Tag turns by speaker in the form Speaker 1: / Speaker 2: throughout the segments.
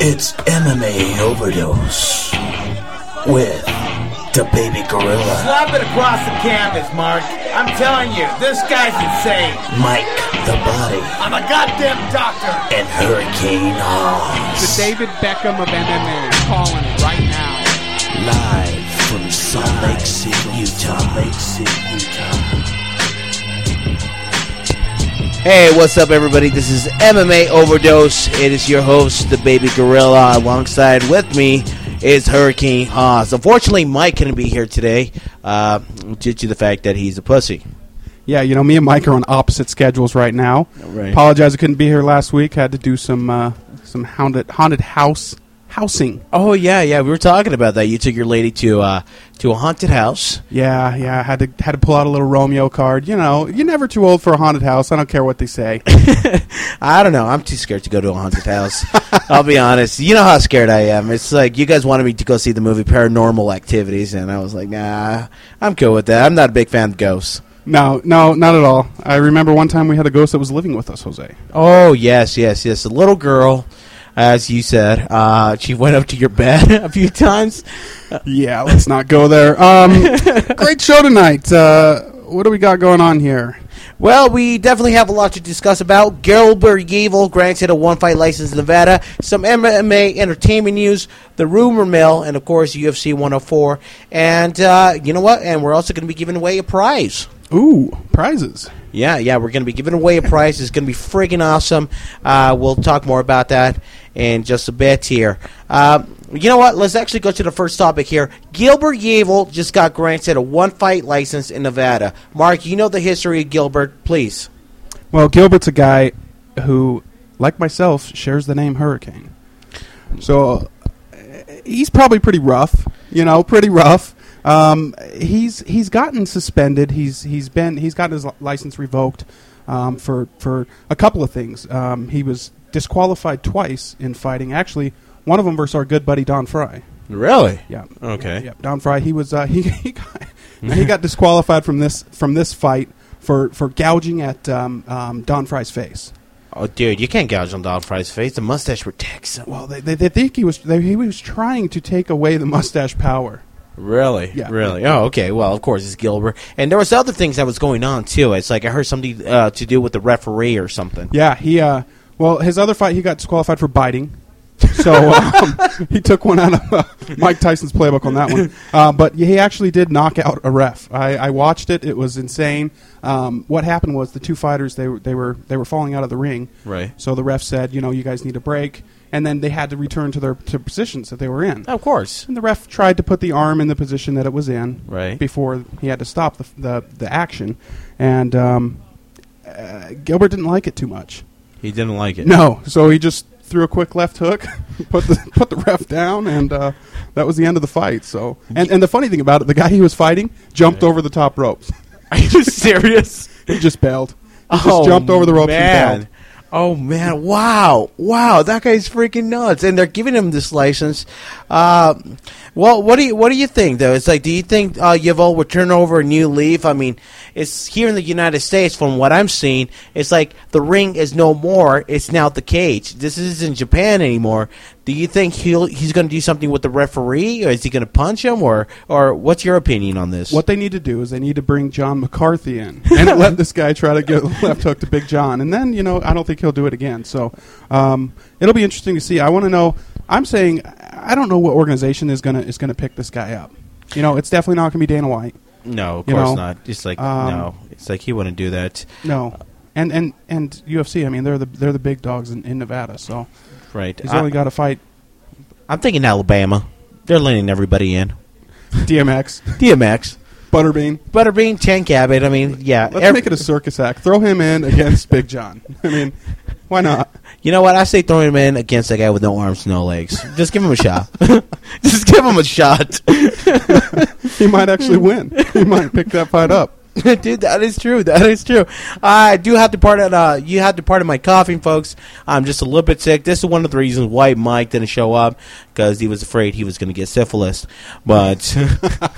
Speaker 1: It's MMA Overdose with the Baby Gorilla,
Speaker 2: Slap it across the canvas, Mark. I'm telling you, this guy's insane.
Speaker 1: Mike the Body,
Speaker 2: I'm a goddamn doctor.
Speaker 1: and Hurricane
Speaker 3: The
Speaker 1: Oz.
Speaker 3: David Beckham of MMA is calling it right now.
Speaker 1: Live from Salt Lake City, Utah. Lake City, Utah.
Speaker 4: Hey, what's up, everybody? This is MMA Overdose. It is your host, the Baby Gorilla. Alongside with me is Hurricane Haas. Unfortunately, Mike couldn't be here today uh, due to the fact that he's a pussy.
Speaker 5: Yeah, you know, me and Mike are on opposite schedules right now.
Speaker 4: Right.
Speaker 5: Apologize, I couldn't be here last week. Had to do some uh, some haunted haunted house housing.
Speaker 4: Oh yeah, yeah. We were talking about that. You took your lady to uh, to a haunted house.
Speaker 5: Yeah, yeah. I had to had to pull out a little Romeo card. You know, you're never too old for a haunted house. I don't care what they say.
Speaker 4: I don't know. I'm too scared to go to a haunted house. I'll be honest. You know how scared I am. It's like you guys wanted me to go see the movie Paranormal Activities, and I was like, nah, I'm cool with that. I'm not a big fan of ghosts.
Speaker 5: no, no, not at all. I remember one time we had a ghost that was living with us, Jose.
Speaker 4: Oh yes, yes, yes. The little girl, as you said, uh, she went up to your bed a few times.
Speaker 5: Yeah, let's not go there. Um, great show tonight. Uh, what do we got going on here?
Speaker 4: Well, we definitely have a lot to discuss about. Gilbert Gable granted a one-fight license in Nevada. Some MMA entertainment news, the rumor mill, and of course UFC 104. And uh, you know what? And we're also going to be giving away a prize.
Speaker 5: Ooh, prizes.
Speaker 4: Yeah, yeah, we're going to be giving away a prize. It's going to be friggin' awesome. Uh, we'll talk more about that in just a bit here. Uh, you know what? Let's actually go to the first topic here. Gilbert Yavel just got granted a one fight license in Nevada. Mark, you know the history of Gilbert, please.
Speaker 5: Well, Gilbert's a guy who, like myself, shares the name Hurricane. So uh, he's probably pretty rough, you know, pretty rough. Um, he's he's gotten suspended. He's he's been he's gotten his li- license revoked um, for for a couple of things. Um, he was disqualified twice in fighting. Actually, one of them versus our good buddy Don Fry.
Speaker 4: Really?
Speaker 5: Yeah.
Speaker 4: Okay.
Speaker 5: Yeah, Don Fry. He was uh, he he got, he got disqualified from this from this fight for for gouging at um, um, Don Fry's face.
Speaker 4: Oh, dude, you can't gouge on Donald Fry's face. The mustache protects him.
Speaker 5: Well, they, they, they think he was they, he was trying to take away the mustache power.
Speaker 4: Really?
Speaker 5: Yeah.
Speaker 4: Really? Oh, okay. Well, of course, it's Gilbert. And there was other things that was going on, too. It's like I heard something uh, to do with the referee or something.
Speaker 5: Yeah, he uh, well his other fight he got disqualified for biting. so um, he took one out of uh, Mike Tyson's playbook on that one, uh, but he actually did knock out a ref. I, I watched it; it was insane. Um, what happened was the two fighters they were they were they were falling out of the ring,
Speaker 4: Right.
Speaker 5: So the ref said, you know, you guys need a break. And then they had to return to their to positions that they were in.
Speaker 4: Of course.
Speaker 5: And the ref tried to put the arm in the position that it was in
Speaker 4: Right.
Speaker 5: before he had to stop the, the, the action. And um, uh, Gilbert didn't like it too much.
Speaker 4: He didn't like it.
Speaker 5: No, so he just threw a quick left hook, put the put the ref down, and uh, that was the end of the fight. So, and, and the funny thing about it, the guy he was fighting jumped over the top ropes.
Speaker 4: Are you serious?
Speaker 5: he just bailed. He just jumped over the ropes and bailed.
Speaker 4: Oh man! Wow! Wow! That guy's freaking nuts, and they're giving him this license. Uh, well, what do you what do you think though? It's like, do you think uh, Yvonne would turn over a new leaf? I mean, it's here in the United States, from what I'm seeing, it's like the ring is no more; it's now the cage. This isn't Japan anymore. Do you think he'll he's going to do something with the referee, or is he going to punch him, or or what's your opinion on this?
Speaker 5: What they need to do is they need to bring John McCarthy in and let this guy try to get a left hook to Big John, and then you know I don't think he'll do it again. So um, it'll be interesting to see. I want to know. I'm saying I don't know what organization is gonna is gonna pick this guy up. You know, it's definitely not gonna be Dana White.
Speaker 4: No, of
Speaker 5: You
Speaker 4: course
Speaker 5: know,
Speaker 4: not. It's like
Speaker 5: um,
Speaker 4: no, it's like he wouldn't do that,
Speaker 5: No, and and and UFC. I mean, they're the they're the big dogs in, in Nevada. So
Speaker 4: right?
Speaker 5: he's
Speaker 4: I,
Speaker 5: only got to fight
Speaker 4: am thinking Alabama. They're letting everybody in.
Speaker 5: DMX,
Speaker 4: DMX,
Speaker 5: Butterbean.
Speaker 4: Butterbean, Tank Abbott. I mean, yeah.
Speaker 5: Let's
Speaker 4: ev-
Speaker 5: make it a circus act. Throw him in against Big John. I mean, why not?
Speaker 4: you know what? I say throwing him in against a guy with no arms, no legs. Just give him a shot. Just give him a shot.
Speaker 5: He might actually win. He might pick that fight up.
Speaker 4: Dude, that is true. That is true. I do have to part of uh, you have to part of my coughing, folks. I'm just a little bit sick. This is one of the reasons why Mike didn't show up because he was afraid he was going to get syphilis. But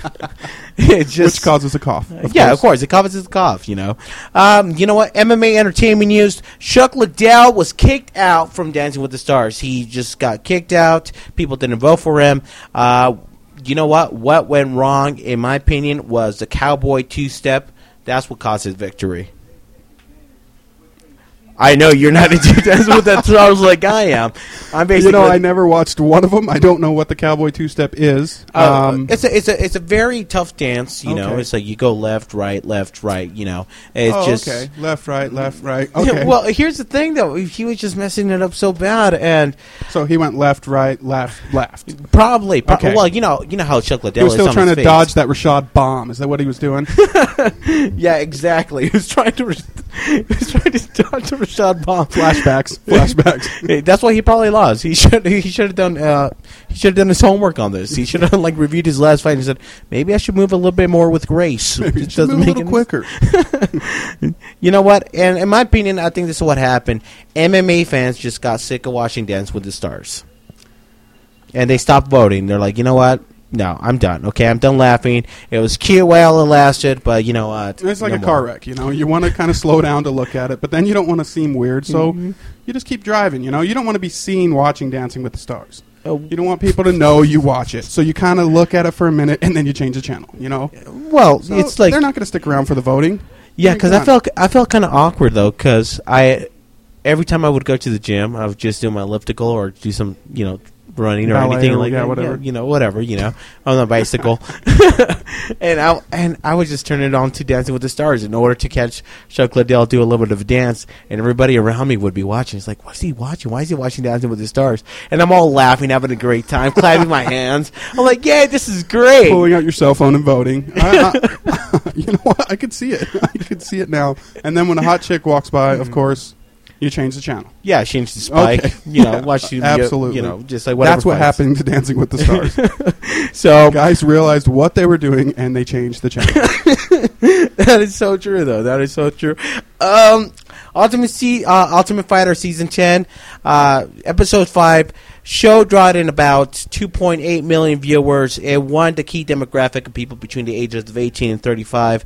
Speaker 4: it just
Speaker 5: which causes a cough. of
Speaker 4: yeah, of course. The cough is the cough, you know. Um, you know what? MMA Entertainment News. Chuck Liddell was kicked out from Dancing with the Stars. He just got kicked out. People didn't vote for him. Uh, you know what? What went wrong, in my opinion, was the cowboy two step. That's what caused his victory. I know you're not into Dancing with the Stars like I am. I'm basically.
Speaker 5: You know, I never watched one of them. I don't know what the cowboy two step is.
Speaker 4: Uh,
Speaker 5: um,
Speaker 4: it's a it's a it's a very tough dance. You know,
Speaker 5: Okay.
Speaker 4: it's like you go left, right, left, right. You know, it's
Speaker 5: oh,
Speaker 4: just
Speaker 5: okay. Left, right, left, right. Okay.
Speaker 4: Yeah, well, here's the thing, though. He was just messing it up so bad, and
Speaker 5: so he went left, right, left, left.
Speaker 4: probably, pro-
Speaker 5: Okay.
Speaker 4: well, you know, you know how Chuck
Speaker 5: He
Speaker 4: Liddell
Speaker 5: was
Speaker 4: is
Speaker 5: still
Speaker 4: on
Speaker 5: trying
Speaker 4: his
Speaker 5: to
Speaker 4: face.
Speaker 5: dodge that Rashad bomb. Is that what he was doing?
Speaker 4: Yeah, exactly. He was trying to, he was trying to dodge the Rashad bomb.
Speaker 5: flashbacks, flashbacks.
Speaker 4: Hey, That's why he probably lost. He should he should have done uh, he should have done his homework on this. He should have like reviewed his last fight and said maybe I should move a little bit more with grace. It
Speaker 5: Just move a little
Speaker 4: any-
Speaker 5: quicker.
Speaker 4: You know what? And in my opinion, I think this is what happened. MMA fans just got sick of watching Dance with the Stars. And they stopped voting. They're like, you know what? No, I'm done. Okay, I'm done laughing. It was cute while it lasted, but you know what?
Speaker 5: It's like
Speaker 4: No
Speaker 5: a car
Speaker 4: more.
Speaker 5: wreck, you know. You want to kind of slow down to look at it, but then you don't want to seem weird, so
Speaker 4: Mm-hmm.
Speaker 5: you just keep driving. You know, you don't want to be seen watching Dancing with the Stars.
Speaker 4: Oh.
Speaker 5: You don't want people to know you watch it, so you kind of look at it for a minute and then you change the channel. You know,
Speaker 4: Well,
Speaker 5: So
Speaker 4: it's like
Speaker 5: they're not going to stick around for the voting.
Speaker 4: Yeah,
Speaker 5: You're
Speaker 4: because I
Speaker 5: done.
Speaker 4: felt I felt kind of awkward though, because I every time I would go to the gym, I would just do my elliptical or do some you know running or
Speaker 5: Ballet
Speaker 4: anything
Speaker 5: or-
Speaker 4: like
Speaker 5: yeah,
Speaker 4: that,
Speaker 5: whatever.
Speaker 4: you know, whatever, you know, on the bicycle, and I and I would just turn it on to Dancing with the Stars in order to catch Chuck Liddell do a little bit of a dance, and everybody around me would be watching. It's like, what's he watching? Why is he watching Dancing with the Stars? And I'm all laughing, having a great time, clapping my hands. I'm like, yeah, this is great.
Speaker 5: Pulling out your cell phone and voting. I, I, you know what? I could see it. I could see it now. And then when a hot chick walks by,
Speaker 4: Mm.
Speaker 5: of course, you change the channel.
Speaker 4: Yeah, change the spike.
Speaker 5: Okay.
Speaker 4: You know,
Speaker 5: Yeah,
Speaker 4: watch the
Speaker 5: absolutely.
Speaker 4: You know, just like whatever.
Speaker 5: That's what
Speaker 4: fights.
Speaker 5: happened to Dancing with the Stars.
Speaker 4: So
Speaker 5: Guys realized what they were doing and they changed the channel.
Speaker 4: that is so true, though. That is so true. Um, Ultimate C, uh, Ultimate Fighter season ten, uh, episode five. Show drawed in about 2.8 million viewers. It won the key demographic of people between the ages of 18 and 35.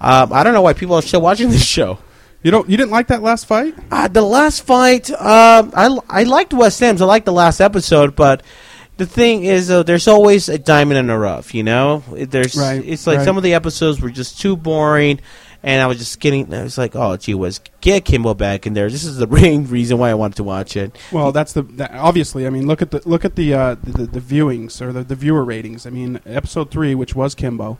Speaker 4: Um, I don't know why people are still watching this show.
Speaker 5: You don't. You didn't like that last fight?
Speaker 4: Uh, the last fight, um, I I liked West Ham's. I liked the last episode, but the thing is, uh, there's always a diamond in the rough. You know, It- there's
Speaker 5: Right,
Speaker 4: it's like
Speaker 5: right.
Speaker 4: some of the episodes were just too boring, and I was just getting. I was like, oh, gee whiz, get Kimbo back in there. This is the main reason why I wanted to watch it.
Speaker 5: Well, that's the that, obviously. I mean, look at the look at the uh, the, the viewings or the, the viewer ratings. I mean, episode three, which was Kimbo,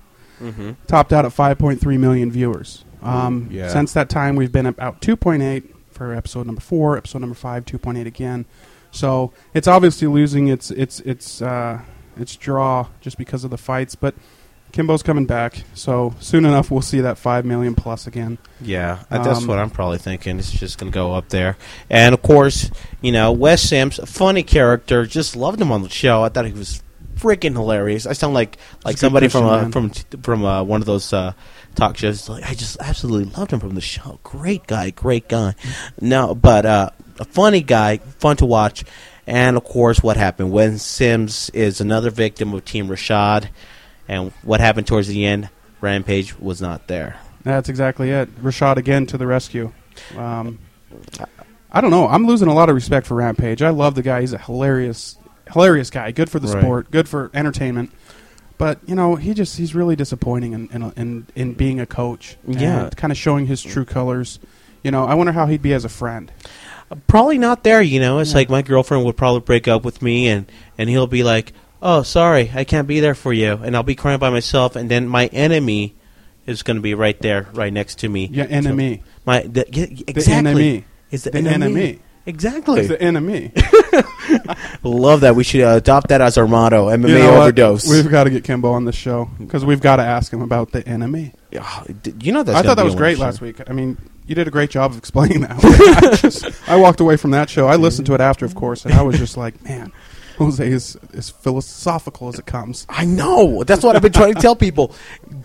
Speaker 5: topped out at 5.3 million viewers. Um,
Speaker 4: Yeah.
Speaker 5: Since that time, we've been about 2.8 for episode number four, episode number five, 2.8 again. So it's obviously losing its its its uh, its draw just because of the fights, but. Kimbo's coming back, so soon enough we'll see that five million plus again.
Speaker 4: Yeah, I- that's
Speaker 5: Um,
Speaker 4: what I'm probably thinking. It's just going to go up there. And of course, you know, Wes Sims, funny character, just loved him on the show. I thought he was freaking hilarious. I sound like like
Speaker 5: good
Speaker 4: somebody from
Speaker 5: person,
Speaker 4: uh,
Speaker 5: man.
Speaker 4: from from uh, one of those uh, talk shows. Like, I just absolutely loved him from the show. Great guy, great guy. No, but uh, a funny guy, fun to watch. And of course, what happened? Wes Sims is another victim of Team Rashad. And what happened towards the end? Rampage was not there.
Speaker 5: That's exactly it. Rashad again to the rescue. Um, I don't know. I'm losing a lot of respect for Rampage. I love the guy. He's a hilarious, hilarious guy. Good for the
Speaker 4: Right.
Speaker 5: sport. Good for entertainment. But you know, he just he's really disappointing in in in, in being a coach.
Speaker 4: Yeah.
Speaker 5: kind of showing his true colors. You know, I wonder how he'd be as a friend.
Speaker 4: probably not there you know it's
Speaker 5: Yeah.
Speaker 4: like my girlfriend would probably break up with me and and he'll be like oh sorry i can't be there for you and i'll be crying by myself and then my enemy is going to be right there right next to me
Speaker 5: Yeah, enemy.
Speaker 4: So my the, yeah, exactly
Speaker 5: enemy.
Speaker 4: it's the,
Speaker 5: The
Speaker 4: enemy.
Speaker 5: enemy.
Speaker 4: exactly
Speaker 5: He's the enemy.
Speaker 4: love that we should uh, adopt that as our motto mma
Speaker 5: You know what?
Speaker 4: overdose
Speaker 5: We've got to get Kimbo on the show because we've got to ask him about the enemy.
Speaker 4: Ah, d- you know that's
Speaker 5: I
Speaker 4: gonna
Speaker 5: thought that
Speaker 4: be
Speaker 5: was
Speaker 4: on
Speaker 5: great
Speaker 4: the show.
Speaker 5: last week. I mean, you did a great job of explaining that. I, just, I walked away from that show. I listened to it after, of course, and I was just like, man, Jose is as philosophical as it comes.
Speaker 4: I know. That's what I've been trying to tell people.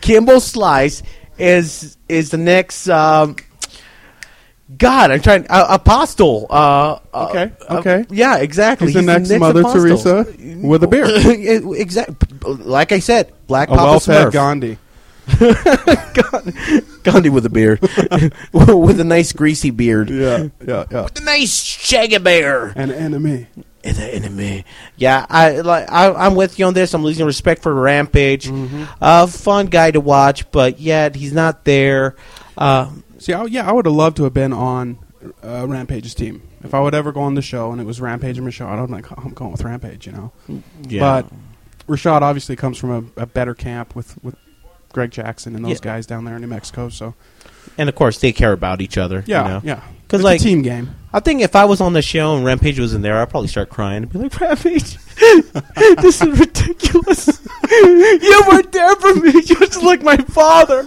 Speaker 4: Kimbo Slice is is the next. Um, God, I'm trying. Uh, apostle. Uh, uh,
Speaker 5: Okay,
Speaker 4: uh,
Speaker 5: okay.
Speaker 4: yeah, exactly.
Speaker 5: He's the next Mother Teresa with a beard.
Speaker 4: exactly. Like I said, Black
Speaker 5: A
Speaker 4: Papa
Speaker 5: well-fed
Speaker 4: Smurf.
Speaker 5: Gandhi.
Speaker 4: Gandhi with a beard, with a nice greasy beard.
Speaker 5: Yeah, yeah, yeah.
Speaker 4: Nice shaggy bear.
Speaker 5: An enemy.
Speaker 4: And the enemy. Yeah, I like. I, I'm with you on this. I'm losing respect for Rampage.
Speaker 5: Mm-hmm.
Speaker 4: Uh, fun guy to watch, but yet he's not there. Uh,
Speaker 5: See, I, yeah, I would have loved to have been on uh, Rampage's team. If I would ever go on the show and it was Rampage and Rashad, I'm like, I'm going with Rampage, you know.
Speaker 4: Mm-hmm.
Speaker 5: But Rashad obviously comes from a, a better camp with, with Greg Jackson and those
Speaker 4: Yeah.
Speaker 5: guys down there in New Mexico. So
Speaker 4: and of course they care about each other.
Speaker 5: yeah,
Speaker 4: you know?
Speaker 5: yeah,
Speaker 4: 'Cause,
Speaker 5: It's
Speaker 4: like-
Speaker 5: a team game.
Speaker 4: I think if I was on the show and Rampage was in there, I'd probably start crying and be like, Rampage, this is ridiculous. you weren't there for me. You're just like my father.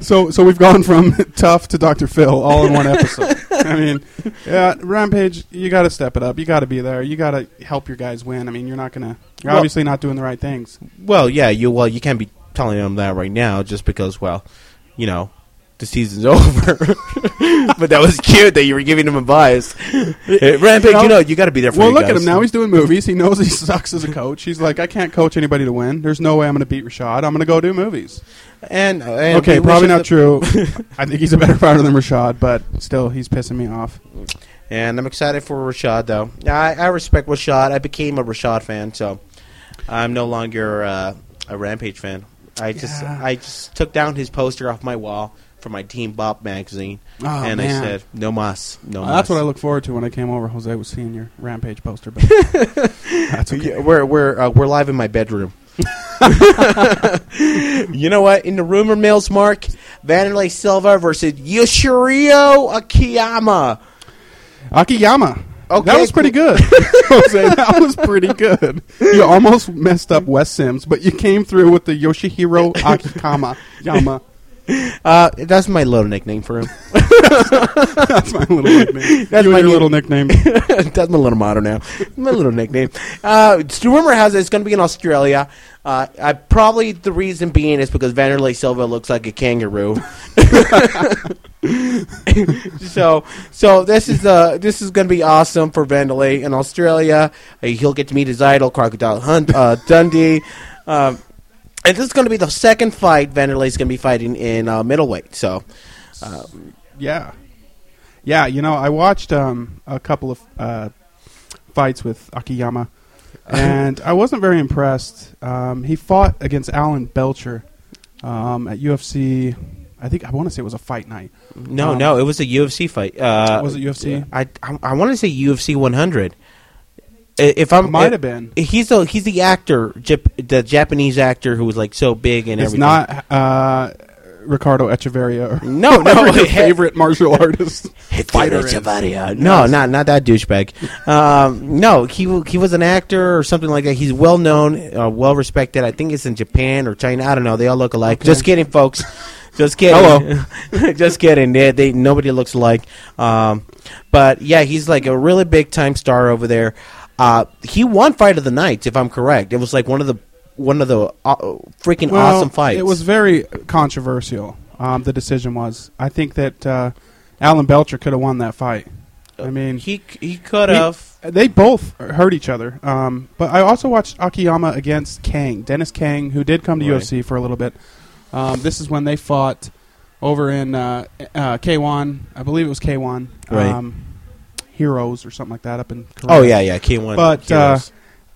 Speaker 5: So so we've gone from tough to Dr. Phil all in one episode. I mean, yeah, Rampage, you got to step it up. You got to be there. You got to help your guys win. I mean, you're not gonna. You're
Speaker 4: Well-
Speaker 5: obviously not doing the right things.
Speaker 4: Well, yeah, you well, you can't be telling them that right now just because, well, you know, the season's over. but that was cute that you were giving him advice. Hey, Rampage,
Speaker 5: know-
Speaker 4: you know, you got to be there for
Speaker 5: Well,
Speaker 4: you
Speaker 5: look at
Speaker 4: guys.
Speaker 5: him now. He's doing movies. He knows he sucks as a coach. He's like, I can't coach anybody to win. There's no way I'm going to beat Rashad. I'm going to go do movies.
Speaker 4: and, and
Speaker 5: Okay,
Speaker 4: we- we
Speaker 5: probably
Speaker 4: should-
Speaker 5: not true. I think he's a better fighter than Rashad, but still, he's pissing me off.
Speaker 4: And I'm excited for Rashad though. I, I respect Rashad. I became a Rashad fan, so I'm no longer uh, a Rampage fan. I just
Speaker 5: Yeah.
Speaker 4: I just took down his poster off my wall for my Team Bop magazine,
Speaker 5: Oh,
Speaker 4: and I
Speaker 5: man.
Speaker 4: said no mas, no.
Speaker 5: Well, that's what
Speaker 4: mas."
Speaker 5: I look forward to when I came over. Jose was seeing your rampage poster, but that's okay.
Speaker 4: Yeah, we're we're uh, we're live in my bedroom. you know what? In the rumor mills, Mark Vanderlei Silva versus Yoshirio Akiyama.
Speaker 5: Akiyama.
Speaker 4: Okay,
Speaker 5: that was pretty good. Jose, that was pretty good. You almost messed up Wes Sims, but you came through with the Yoshihiro Akiyama. Yama.
Speaker 4: Uh, that's my little nickname for him.
Speaker 5: That's my little nickname. That's
Speaker 4: my
Speaker 5: my
Speaker 4: new-
Speaker 5: little nickname.
Speaker 4: That's my little motto now. My little nickname. Uh, so rumor has it it's going to be in Australia. Uh, I probably the reason being is because Vanderlei Silva looks like a kangaroo. so so this is uh, this is going to be awesome for Vanderlei in Australia. Uh, he'll get to meet his idol Crocodile Hunt uh, Dundee. Um, and this is going to be the second fight Vanderlei's going to be fighting in uh, middleweight. So
Speaker 5: Yeah, yeah. You know, I watched um, a couple of uh, fights with Akiyama, and I wasn't very impressed. Um, he fought against Alan Belcher um, at UFC. I think I want to say it was a fight night.
Speaker 4: No,
Speaker 5: Um,
Speaker 4: no, it was a UFC fight. Uh,
Speaker 5: Was it UFC?
Speaker 4: I I, I want to say UFC 100. I- If I'm
Speaker 5: Might have been.
Speaker 4: He's the he's the actor, Jap- the Japanese actor who was like so big and
Speaker 5: It's
Speaker 4: everything.
Speaker 5: not uh, Ricardo Echeverria. Or
Speaker 4: No, no,
Speaker 5: your
Speaker 4: it-
Speaker 5: favorite martial artist.
Speaker 4: Fighter Echevarria. No, not not that douchebag. um, no, he wa- he was an actor or something like that. He's well known, uh, well respected. I think it's in Japan or China. I don't know. They all look alike. Just kidding, folks. Just kidding. Hello. Just kidding. They, they nobody looks alike. Um, but yeah, he's like a really big time star over there. Uh, he won fight of the night, if I'm correct. It was like one of the one of the uh, freaking
Speaker 5: Well,
Speaker 4: awesome fights.
Speaker 5: It was very controversial. Um, the decision was. I think that uh, Alan Belcher could have won that fight. I mean,
Speaker 4: Uh, he he could
Speaker 5: He-
Speaker 4: have.
Speaker 5: They both hurt each other. Um, but I also watched Akiyama against Kang, Dennis Kang, who did come to
Speaker 4: Right.
Speaker 5: UFC for a little bit. Um, this is when they fought over in uh, uh, K1. I believe it was K1.
Speaker 4: Right.
Speaker 5: Um, Heroes or something like that up in Korea.
Speaker 4: Oh yeah, yeah. K one,
Speaker 5: But, uh,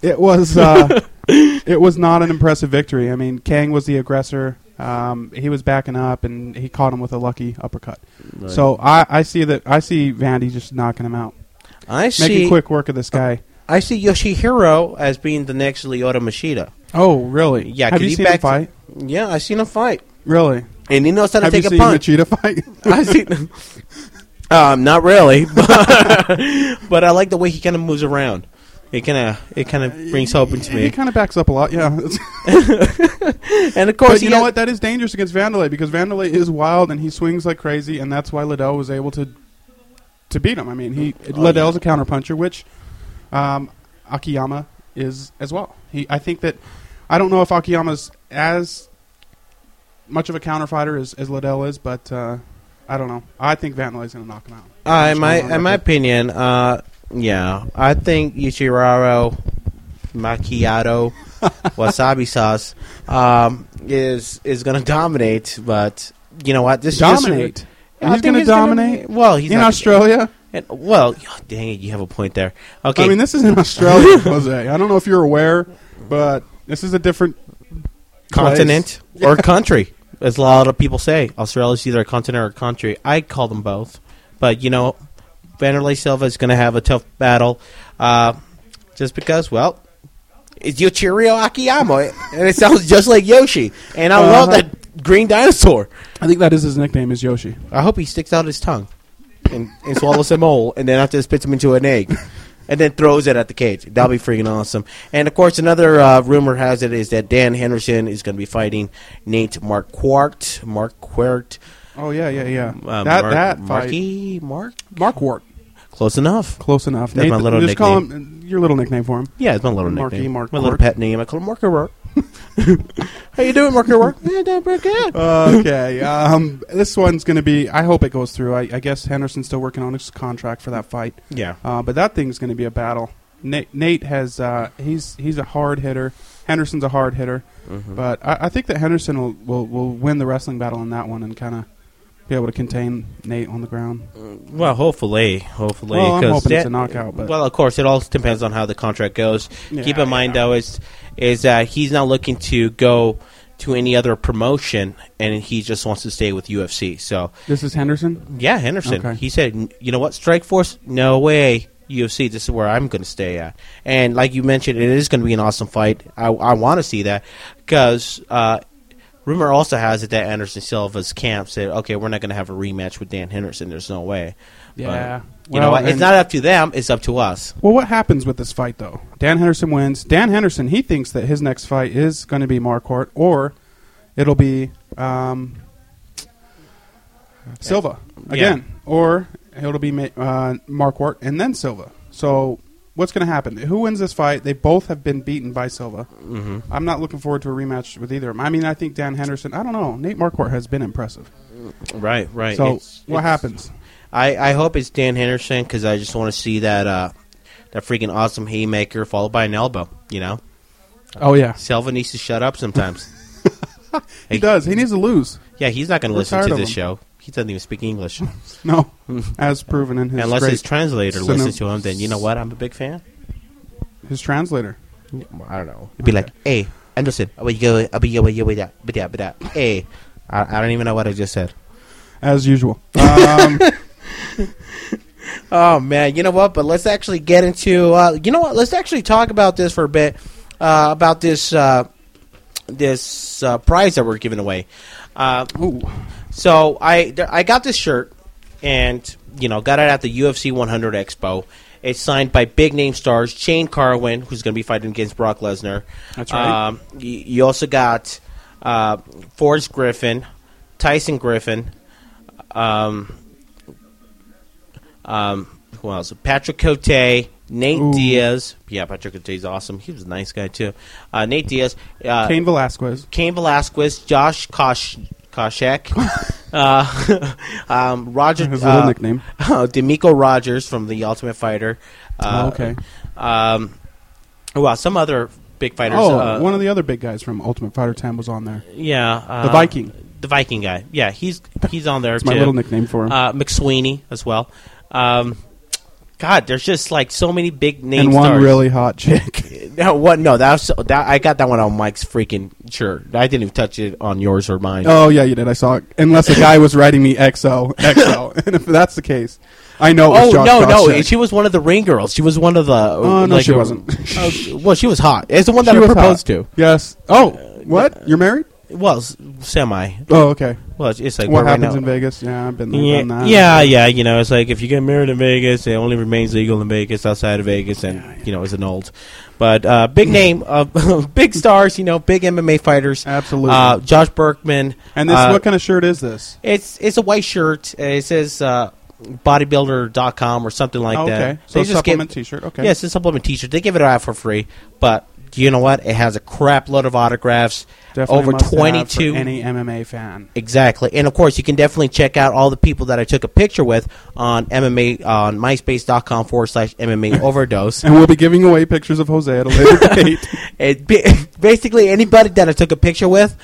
Speaker 5: It was uh, it was not an impressive victory. I mean, Kang was the aggressor. Um, he was backing up, and he caught him with a lucky uppercut. So I, I see that I see Vandy just knocking him out,
Speaker 4: I
Speaker 5: making
Speaker 4: see.
Speaker 5: quick work of this guy.
Speaker 4: I see Yoshihiro as being the next Lyoto Machida.
Speaker 5: Oh, really?
Speaker 4: Yeah,
Speaker 5: Have
Speaker 4: could
Speaker 5: you
Speaker 4: he
Speaker 5: seen
Speaker 4: back
Speaker 5: him fight?
Speaker 4: Yeah, I seen him fight,
Speaker 5: Really?
Speaker 4: and he knows how to
Speaker 5: Have you
Speaker 4: take a
Speaker 5: seen the
Speaker 4: punch.
Speaker 5: cheetah fight?
Speaker 4: I seen. um, not really, but, but I like the way he kind of moves around. It kind of it kind of brings hope into
Speaker 5: He
Speaker 4: me.
Speaker 5: kind of backs up a lot. Yeah. Of
Speaker 4: And of course,
Speaker 5: but you
Speaker 4: he
Speaker 5: know
Speaker 4: has-
Speaker 5: what? That is dangerous against Vandalay because Vandalay is wild and he swings like crazy, and that's why Liddell was able to to beat him. I mean,
Speaker 4: Oh,
Speaker 5: he Liddell's a counterpuncher, which um, Akiyama is as well. He, I think that I don't know if Akiyama's as much of a counterfighter as, as Liddell is, but uh, I don't know. I think Vandellay's going to knock him out.
Speaker 4: Uh, in
Speaker 5: Just
Speaker 4: my
Speaker 5: going on
Speaker 4: in my
Speaker 5: record.
Speaker 4: opinion, uh, yeah, I think Ichiraro macchiato wasabi sauce um, is is going to dominate. But you know what? This
Speaker 5: dominate.
Speaker 4: This,
Speaker 5: And he's
Speaker 4: I think
Speaker 5: gonna
Speaker 4: gonna
Speaker 5: dominate?
Speaker 4: be- well, he's
Speaker 5: in
Speaker 4: not-
Speaker 5: Australia.
Speaker 4: and- well, oh, dang it, you have a point there. Okay,
Speaker 5: I mean, this is in Australia, Jose. I don't know if you're aware, but this is a different
Speaker 4: continent or country, as a lot of people say. Australia's either a continent or a country. I call them both. But you know, Vanderlei Silva is going to have a tough battle, uh, just because. Well, it's Yoshiro Akiyama, and it sounds just like Yoshi. And I love
Speaker 5: Uh-huh.
Speaker 4: that green dinosaur.
Speaker 5: place. I think that is his nickname is Yoshi.
Speaker 4: I hope he sticks out his tongue and, and swallows him whole, and then after this spits him into an egg, and then throws it at the cage. That'll be freaking awesome. And of course, another uh, rumor has it is that Dan Henderson is going to be fighting Nate Marquardt. Marquardt.
Speaker 5: Oh yeah, yeah, yeah.
Speaker 4: Uh,
Speaker 5: that
Speaker 4: Mark,
Speaker 5: that fight.
Speaker 4: Marky Mark.
Speaker 5: Mark Wart.
Speaker 4: Close enough.
Speaker 5: Close enough.
Speaker 4: That's my little
Speaker 5: just call him uh, your little nickname for him.
Speaker 4: Yeah, it's my little
Speaker 5: Marky
Speaker 4: nickname.
Speaker 5: Mark
Speaker 4: my little
Speaker 5: Quart.
Speaker 4: pet name. I call him Marquardt. How you doing, Marquardt? yeah, doing pretty good.
Speaker 5: okay. Um, this one's going to be. I hope it goes through. I, I guess Henderson's still working on his contract for that fight.
Speaker 4: yeah.
Speaker 5: Uh, but that thing's going to be a battle. Nate, Nate has uh, he's he's a hard hitter. Henderson's a hard hitter,
Speaker 4: Mm-hmm.
Speaker 5: but I, I think that Henderson will, will will win the wrestling battle in that one and kind of be able to contain Nate on the ground.
Speaker 4: Well, hopefully, hopefully.
Speaker 5: Well, I'm
Speaker 4: 'cause
Speaker 5: hoping it's
Speaker 4: that-
Speaker 5: a knockout, but-
Speaker 4: well, of course, it all depends on how the contract goes.
Speaker 5: Yeah,
Speaker 4: Keep in mind, though, is is that he's not looking to go to any other promotion, and he just wants to stay with UFC. So,
Speaker 5: This is Henderson.
Speaker 4: yeah, Henderson.
Speaker 5: Okay.
Speaker 4: He said, "N- you know what, Strike Force? No way. UFC, this is where I'm going to stay at. And like you mentioned, it is going to be an awesome fight. I, I want to see that because uh, rumor also has it that Anderson Silva's camp said, okay, we're not going to have a rematch with Dan Henderson. There's no way.
Speaker 5: Yeah.
Speaker 4: But, you know what? It's
Speaker 5: and-
Speaker 4: not up to them. It's up to us.
Speaker 5: Well, what happens with this fight though? Dan Henderson wins. Dan Henderson he thinks that his next fight is going to be Marquardt or it'll be um, Silva again, or it'll be Ma- uh, Marquardt and then Silva. So what's going to happen? Who wins this fight? They both have been beaten by Silva. Mm-hmm. I'm not looking forward to a rematch with either of them. I mean, I think Dan Henderson. I don't know. Nate Marquardt has been impressive.
Speaker 4: Right, right.
Speaker 5: So
Speaker 4: It's-
Speaker 5: what
Speaker 4: it's-
Speaker 5: happens?
Speaker 4: I, I hope it's Dan Henderson because I just want to see that uh, that freaking awesome haymaker followed by an elbow. You know,
Speaker 5: Oh yeah,
Speaker 4: Silva needs to shut up sometimes.
Speaker 5: he does. He needs to lose.
Speaker 4: Yeah, he's not going to
Speaker 5: We're
Speaker 4: listen
Speaker 5: tired
Speaker 4: to
Speaker 5: of
Speaker 4: this
Speaker 5: him.
Speaker 4: show. He doesn't even speak English.
Speaker 5: No, as proven in his
Speaker 4: Unless
Speaker 5: great-
Speaker 4: his translator
Speaker 5: syno-
Speaker 4: listens to him, then you know what? I'm a big fan.
Speaker 5: his translator.
Speaker 4: I don't know. It'd be like, hey, Anderson, I'll be go, I'll be go, I'll be that, but that, but that. Hey, I, I don't even know what I just said.
Speaker 5: as usual. Um,
Speaker 4: Oh man, you know what? But let's actually get into. Uh, you know what? Let's actually talk about this for a bit. Uh, about this uh, this uh, prize that we're giving away. Uh,
Speaker 5: ooh,
Speaker 4: So I th- I got this shirt, and you know got it at the UFC 100 Expo. It's signed by big name stars Shane Carwin, who's going to be fighting against Brock Lesnar.
Speaker 5: That's right.
Speaker 4: Um, y- you also got uh, Forrest Griffin, Tyson Griffin, um, um, who else? Patrick Cote, Nate
Speaker 5: Ooh.
Speaker 4: Diaz. Yeah, Patrick Cote's awesome. He was a nice guy too. Uh, Nate Diaz. Uh,
Speaker 5: Cain Velasquez.
Speaker 4: Cain Velasquez, Josh Kosh, Koshek, uh, um, Roger,
Speaker 5: His little
Speaker 4: uh,
Speaker 5: nickname.
Speaker 4: D'Amico Rogers from The Ultimate Fighter. Uh,
Speaker 5: Oh, okay.
Speaker 4: Um, well, some other big fighters.
Speaker 5: Oh,
Speaker 4: uh,
Speaker 5: one of the other big guys from Ultimate Fighter 10 was on there.
Speaker 4: yeah, uh,
Speaker 5: The Viking.
Speaker 4: the Viking guy. Yeah, he's he's on there
Speaker 5: That's my
Speaker 4: too.
Speaker 5: little nickname for him.
Speaker 4: Uh, McSweeney as well. Um, God, there's just like so many big name
Speaker 5: and one
Speaker 4: stars.
Speaker 5: really hot chick.
Speaker 4: Uh, No, what? No, that was that. I got that one on Mike's freaking shirt. I didn't even touch it on yours or mine.
Speaker 5: oh yeah, you did. I saw it. Unless the guy was writing me XO XO, and if that's the case, I know. It was
Speaker 4: Oh
Speaker 5: Josh
Speaker 4: no, no,
Speaker 5: Koscheck.
Speaker 4: she was one of the ring girls. She was one of the.
Speaker 5: Oh, no,
Speaker 4: like,
Speaker 5: she
Speaker 4: uh,
Speaker 5: wasn't.
Speaker 4: uh, well, she was hot. It's the one that
Speaker 5: She
Speaker 4: I
Speaker 5: was
Speaker 4: proposed
Speaker 5: hot. Yes. Oh, what? You're married?
Speaker 4: to. Well, s- semi.
Speaker 5: Oh, okay.
Speaker 4: Well, it's, it's like
Speaker 5: What
Speaker 4: we're right
Speaker 5: happens
Speaker 4: now-
Speaker 5: in Vegas? Yeah, I've been there, done
Speaker 4: Yeah,
Speaker 5: that.
Speaker 4: yeah, yeah. You know, it's like if you get married in Vegas, it only remains legal in Vegas, outside of Vegas, and you know, it's an old. But uh, big name, uh, big stars. You know, big MMA fighters.
Speaker 5: Absolutely.
Speaker 4: Uh, Josh Berkman.
Speaker 5: And this,
Speaker 4: uh,
Speaker 5: what kind of shirt is this?
Speaker 4: It's it's a white shirt. and It says uh, bodybuilder.com or something like
Speaker 5: Oh,
Speaker 4: that.
Speaker 5: okay, so
Speaker 4: They
Speaker 5: a
Speaker 4: just give-
Speaker 5: supplement T-shirt. Okay.
Speaker 4: Yeah, it's a supplement T-shirt. They give it out for free, but you know what? It has a crap load of autographs.
Speaker 5: Definitely
Speaker 4: over
Speaker 5: must have for
Speaker 4: 22
Speaker 5: any MMA fan.
Speaker 4: Exactly, and of course, you can definitely check out all the people that I took a picture with on MMA on MySpace.com forward slash MMA overdose.
Speaker 5: And we'll be giving away pictures of Jose at a later date.
Speaker 4: It ba- basically anybody that I took a picture with,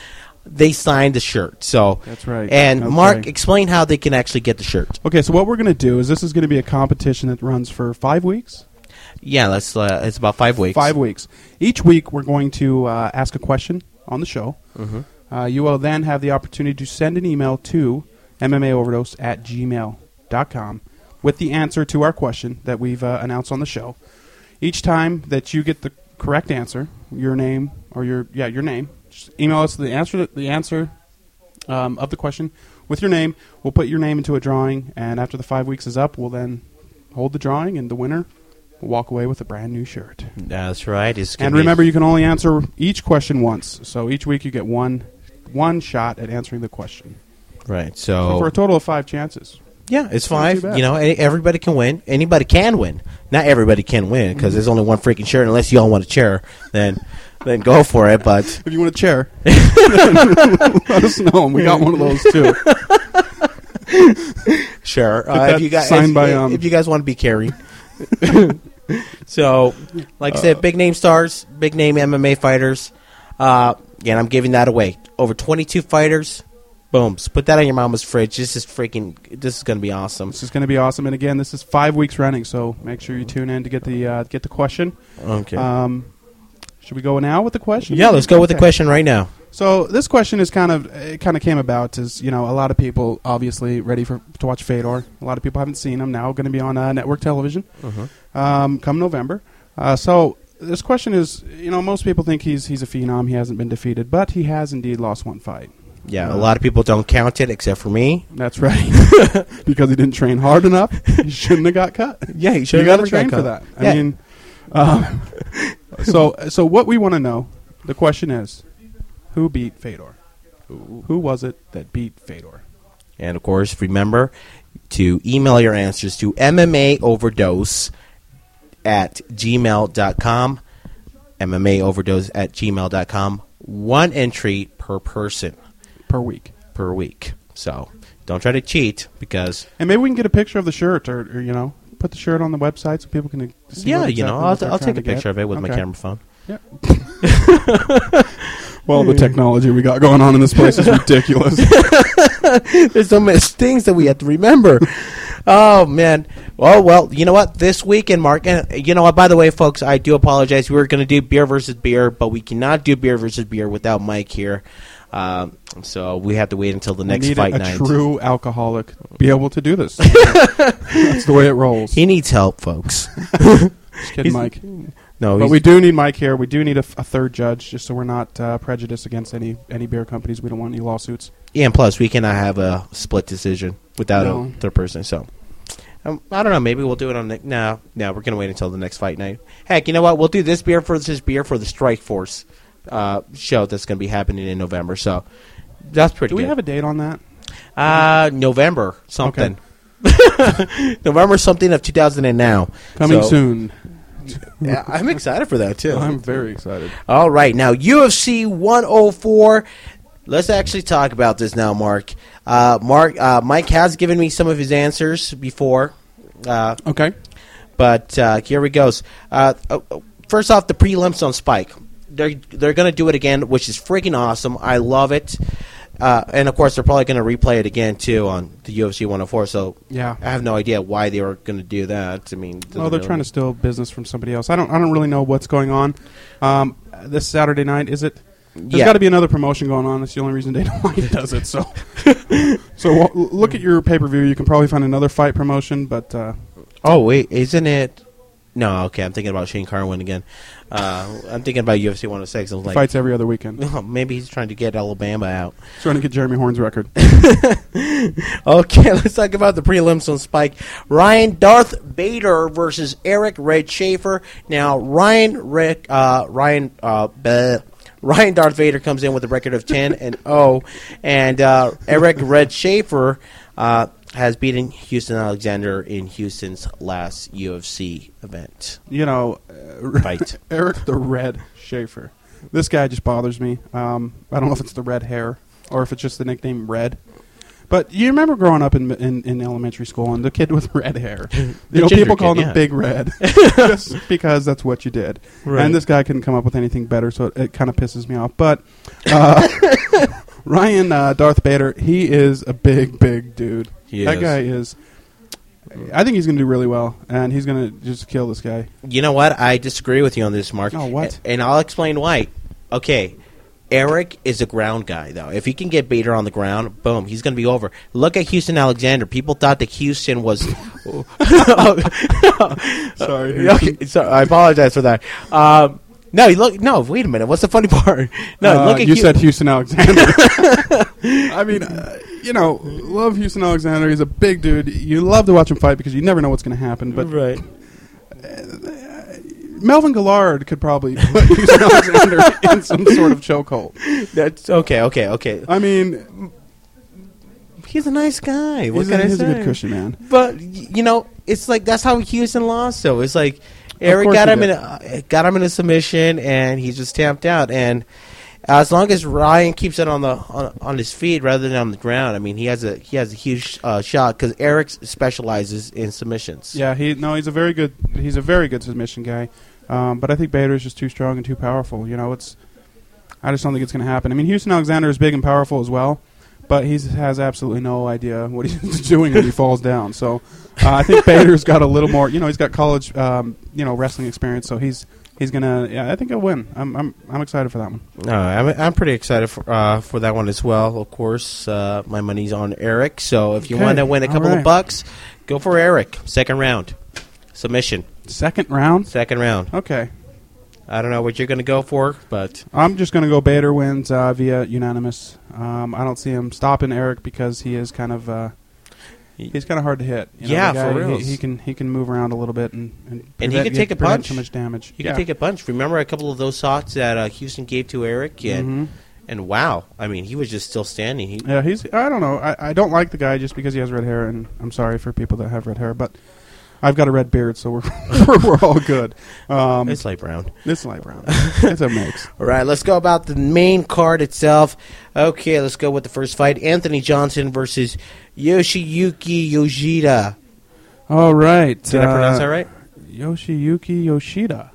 Speaker 4: they signed the shirt. So
Speaker 5: That's right.
Speaker 4: And
Speaker 5: Okay.
Speaker 4: Mark, explain how they can actually get the shirt.
Speaker 5: Okay, so what we're going to do is this is going to be a competition that runs for five weeks.
Speaker 4: Yeah, that's uh, it's about five weeks.
Speaker 5: Five weeks. Each week, we're going to uh, ask a question on the show. Uh, you will then have the opportunity to send an email to MMAoverdose at gmail.com with the answer to our question that we've uh, announced on the show. Each time that you get the correct answer, your name or your yeah your name, just email us the answer the answer um, of the question with your name. We'll put your name into a drawing, and after the five weeks is up, we'll then hold the drawing, and the winner will walk away with a brand new shirt.
Speaker 4: That's right. It's gonna
Speaker 5: And
Speaker 4: be-
Speaker 5: remember, you can only answer each question once. So each week you get one one shot at answering the question
Speaker 4: right.
Speaker 5: So
Speaker 4: So
Speaker 5: for a total of five chances.
Speaker 4: yeah, it's
Speaker 5: not
Speaker 4: five.
Speaker 5: too bad.
Speaker 4: You know, a- everybody can win. Anybody can win. Not everybody can win because there's only one freaking shirt. Unless you all want a chair, then then go for it. But
Speaker 5: If you want a chair, let us know. and We got one of those too.
Speaker 4: sure,
Speaker 5: Get
Speaker 4: uh,
Speaker 5: that
Speaker 4: if you guys
Speaker 5: signed
Speaker 4: if,
Speaker 5: by, um,
Speaker 4: if you guys want to be carried. so, like I said, big name stars, big name MMA fighters. Uh, and I'm giving that away. Over 22 fighters. Boom. So put that on your mama's fridge. This is freaking. This is gonna be awesome.
Speaker 5: This is going to be awesome. And again, this is five weeks running. So make sure you tune in to get the uh, get the question.
Speaker 4: Okay.
Speaker 5: Um, should we go now with the question?
Speaker 4: Uh, yeah, let's go with the
Speaker 5: Okay.
Speaker 4: question right now.
Speaker 5: So this question is kind of it kind of came about as you know a lot of people obviously ready for to watch Fedor. A lot of people haven't seen him now. Going to be on uh, network television um, come November. Uh, so this question is you know most people think he's he's a phenom. He hasn't been defeated, but he has indeed lost one fight. Uh-huh.
Speaker 4: Yeah, a lot of people don't count it except for me.
Speaker 5: That's right, because he didn't train hard enough. He shouldn't have got cut.
Speaker 4: Yeah, you
Speaker 5: you got to train for that. I
Speaker 4: Yeah.
Speaker 5: mean, um, so so what we want to know, the question is, who beat Fedor? Who was it that beat Fedor?
Speaker 4: And of course, remember to email your answers to MMA overdose at gmail.com. MMA overdose at gmail.com. One entry per person
Speaker 5: per week?
Speaker 4: per week. So don't try to cheat because,
Speaker 5: And maybe we can get a picture of the shirt, or, or you know, put the shirt on the website so people can see.
Speaker 4: yeah,
Speaker 5: what
Speaker 4: you know,
Speaker 5: exactly what
Speaker 4: I'll,
Speaker 5: they're
Speaker 4: I'll
Speaker 5: trying to
Speaker 4: take a
Speaker 5: get.
Speaker 4: picture of it with my
Speaker 5: Okay.
Speaker 4: camera phone.
Speaker 5: Well, the technology we got going on in this place is ridiculous.
Speaker 4: There's so many things that we have to remember. oh man. Well, well, you know what? This weekend, Mark, and you know what? By the way, folks, I do apologize. We were going to do beer versus beer, but we cannot do beer versus beer without Mike here. Um, so we have to wait until the
Speaker 5: We
Speaker 4: next
Speaker 5: need
Speaker 4: fight
Speaker 5: a,
Speaker 4: night.
Speaker 5: true alcoholic be able to do this. That's the way it rolls.
Speaker 4: he needs help, folks.
Speaker 5: Just kidding,
Speaker 4: he's-
Speaker 5: Mike.
Speaker 4: No,
Speaker 5: But
Speaker 4: he's-
Speaker 5: we do need Mike here. We do need a, f- a third judge, just so we're not uh, prejudiced against any any beer companies. We don't want any lawsuits.
Speaker 4: yeah, and plus we cannot have a split decision without
Speaker 5: No.
Speaker 4: a third person. So. Um, I don't know. Maybe we'll do it on the. No, no, we're gonna wait until the next fight night. Heck, you know what? We'll do this beer versus beer for the Strike Force uh, show that's gonna be happening in November. So that's pretty.
Speaker 5: Do we
Speaker 4: good.
Speaker 5: have a date on that?
Speaker 4: Uh, November something. November something of 2000 and now.
Speaker 5: Coming
Speaker 4: So-
Speaker 5: soon.
Speaker 4: Yeah, I'm excited for that too.
Speaker 5: I'm very excited.
Speaker 4: All right, now UFC 104. Let's actually talk about this now, Mark. Uh, Mark, uh, Mike has given me some of his answers before, uh,
Speaker 5: Okay.
Speaker 4: but uh, here we goes. Uh, oh, oh, first off, the prelims on Spike. They're they're gonna do it again, which is freaking awesome. I love it. Uh, and of course, they're probably going to replay it again too on the UFC 104. So
Speaker 5: Yeah.
Speaker 4: I have no idea why they were going to do that. I mean,
Speaker 5: Well, Oh, they're trying to steal business from somebody else. I don't. I don't really know what's going on. Um, this Saturday night is it? There's
Speaker 4: Yeah.
Speaker 5: got to be another promotion going on. That's the only reason Dana White does it. So, so w- look at your pay per view. You can probably find another fight promotion, but uh,
Speaker 4: Oh wait, isn't it? No, okay. I'm thinking about Shane Carwin again. Uh, I'm thinking about UFC 106. I was like,
Speaker 5: fights every other weekend.
Speaker 4: oh, maybe he's trying to get Alabama out.
Speaker 5: Trying to get Jeremy Horn's record.
Speaker 4: Okay, let's talk about the prelims on Spike. Ryan Darth Vader versus Eric Red Schaefer. Now Ryan Rick uh, Ryan uh, bleh. Ryan Darth Vader oh, comes in with a record of ten and zero, and uh, Eric Red Schaefer. Uh, has beaten Houston Alexander in Houston's last UFC event.
Speaker 5: you know, uh,
Speaker 4: Fight.
Speaker 5: Eric the Red Schaefer. This guy just bothers me. Um, I don't know if it's the red hair or if it's just the nickname Red. But you remember growing up in in, in elementary school and the kid with red hair. You know,
Speaker 4: ginger
Speaker 5: people call
Speaker 4: kid,
Speaker 5: him
Speaker 4: yeah.
Speaker 5: Big Red just because that's what you did.
Speaker 4: Right.
Speaker 5: And this guy couldn't come up with anything better, so it, it kind of pisses me off. But uh, Ryan uh, Darth Bader, he is a big, big dude.
Speaker 4: He
Speaker 5: that
Speaker 4: is.
Speaker 5: guy is. I think he's going to do really well, and he's going to just kill this guy.
Speaker 4: You know what? I disagree with you on this, Mark.
Speaker 5: Oh, what?
Speaker 4: A- And I'll explain why. Okay. Eric is a ground guy, though. If he can get Bader on the ground, boom, he's going to be over. Look at Houston Alexander. People thought that Houston was.
Speaker 5: Sorry. dude.
Speaker 4: okay, sorry, I apologize for that. Um, no, you look. No, wait a minute. What's the funny part? No,
Speaker 5: Uh,
Speaker 4: look at
Speaker 5: you
Speaker 4: Hu-
Speaker 5: said Houston Alexander. I mean, uh, you know, love Houston Alexander. He's a big dude. You love to watch him fight because you never know what's going to happen. But
Speaker 4: right.
Speaker 5: Melvin Gillard could probably put Houston Alexander in some sort of chokehold. Uh,
Speaker 4: That's okay. Okay. Okay.
Speaker 5: I mean,
Speaker 4: He's a nice guy. What
Speaker 5: he's,
Speaker 4: can
Speaker 5: a,
Speaker 4: I
Speaker 5: he's a
Speaker 4: say?
Speaker 5: good cushion man.
Speaker 4: But y- you know, it's like that's how Houston lost. Though it's like Eric
Speaker 5: course
Speaker 4: got
Speaker 5: he
Speaker 4: him in,
Speaker 5: did.
Speaker 4: a, got him in a submission, and he just tamped out. And as long as Ryan keeps it on the on, on his feet rather than on the ground, I mean, he has a he has a huge uh, shot because Eric specializes in submissions.
Speaker 5: Yeah, he no, he's a very good. He's a very good submission guy. Um, but I think Bader is just too strong and too powerful. You know, it's. I just don't think it's going to happen. I mean, Houston Alexander is big and powerful as well, but he has absolutely no idea what he's doing when he falls down. So uh, I think Bader's got a little more. You know, he's got college, um, you know, wrestling experience. So he's he's gonna. Yeah, I think he'll win. I'm I'm I'm excited for that one.
Speaker 4: No, Uh, I'm, I'm pretty excited for uh, for that one as well. Of course, uh, my money's on Eric. So if you
Speaker 5: Okay,
Speaker 4: want to win a
Speaker 5: all
Speaker 4: couple of
Speaker 5: right.
Speaker 4: bucks, go for Eric. Second round, submission.
Speaker 5: Second round.
Speaker 4: Second round.
Speaker 5: Okay,
Speaker 4: I don't know what you're going to go for, but
Speaker 5: I'm just going to go Bader wins uh, via unanimous. Um, I don't see him stopping Eric because he is kind of uh, he's kind of hard to hit. You know,
Speaker 4: Yeah,
Speaker 5: the guy,
Speaker 4: for
Speaker 5: he-
Speaker 4: reals.
Speaker 5: He, can he can move around a little bit and and,
Speaker 4: And he
Speaker 5: prevent-
Speaker 4: can take a
Speaker 5: prevent
Speaker 4: punch.
Speaker 5: Too much damage.
Speaker 4: you can take a punch. Remember a couple of those shots that uh, Houston gave to Eric, and and wow, I mean, he was just still standing. He,
Speaker 5: Mm-hmm. Yeah, he's. I don't know. I, I don't like the guy just because he has red hair, and I'm sorry for people that have red hair, but I've got a red beard, so we're we're all good. Um,
Speaker 4: it's light brown.
Speaker 5: it's light brown. it's a mix.
Speaker 4: All right, let's go about the main card itself. Okay, let's go with the first fight: Anthony Johnson versus Yoshiyuki Yoshida.
Speaker 5: All right. uh,
Speaker 4: Did I pronounce that right?
Speaker 5: Yoshiyuki Yoshida.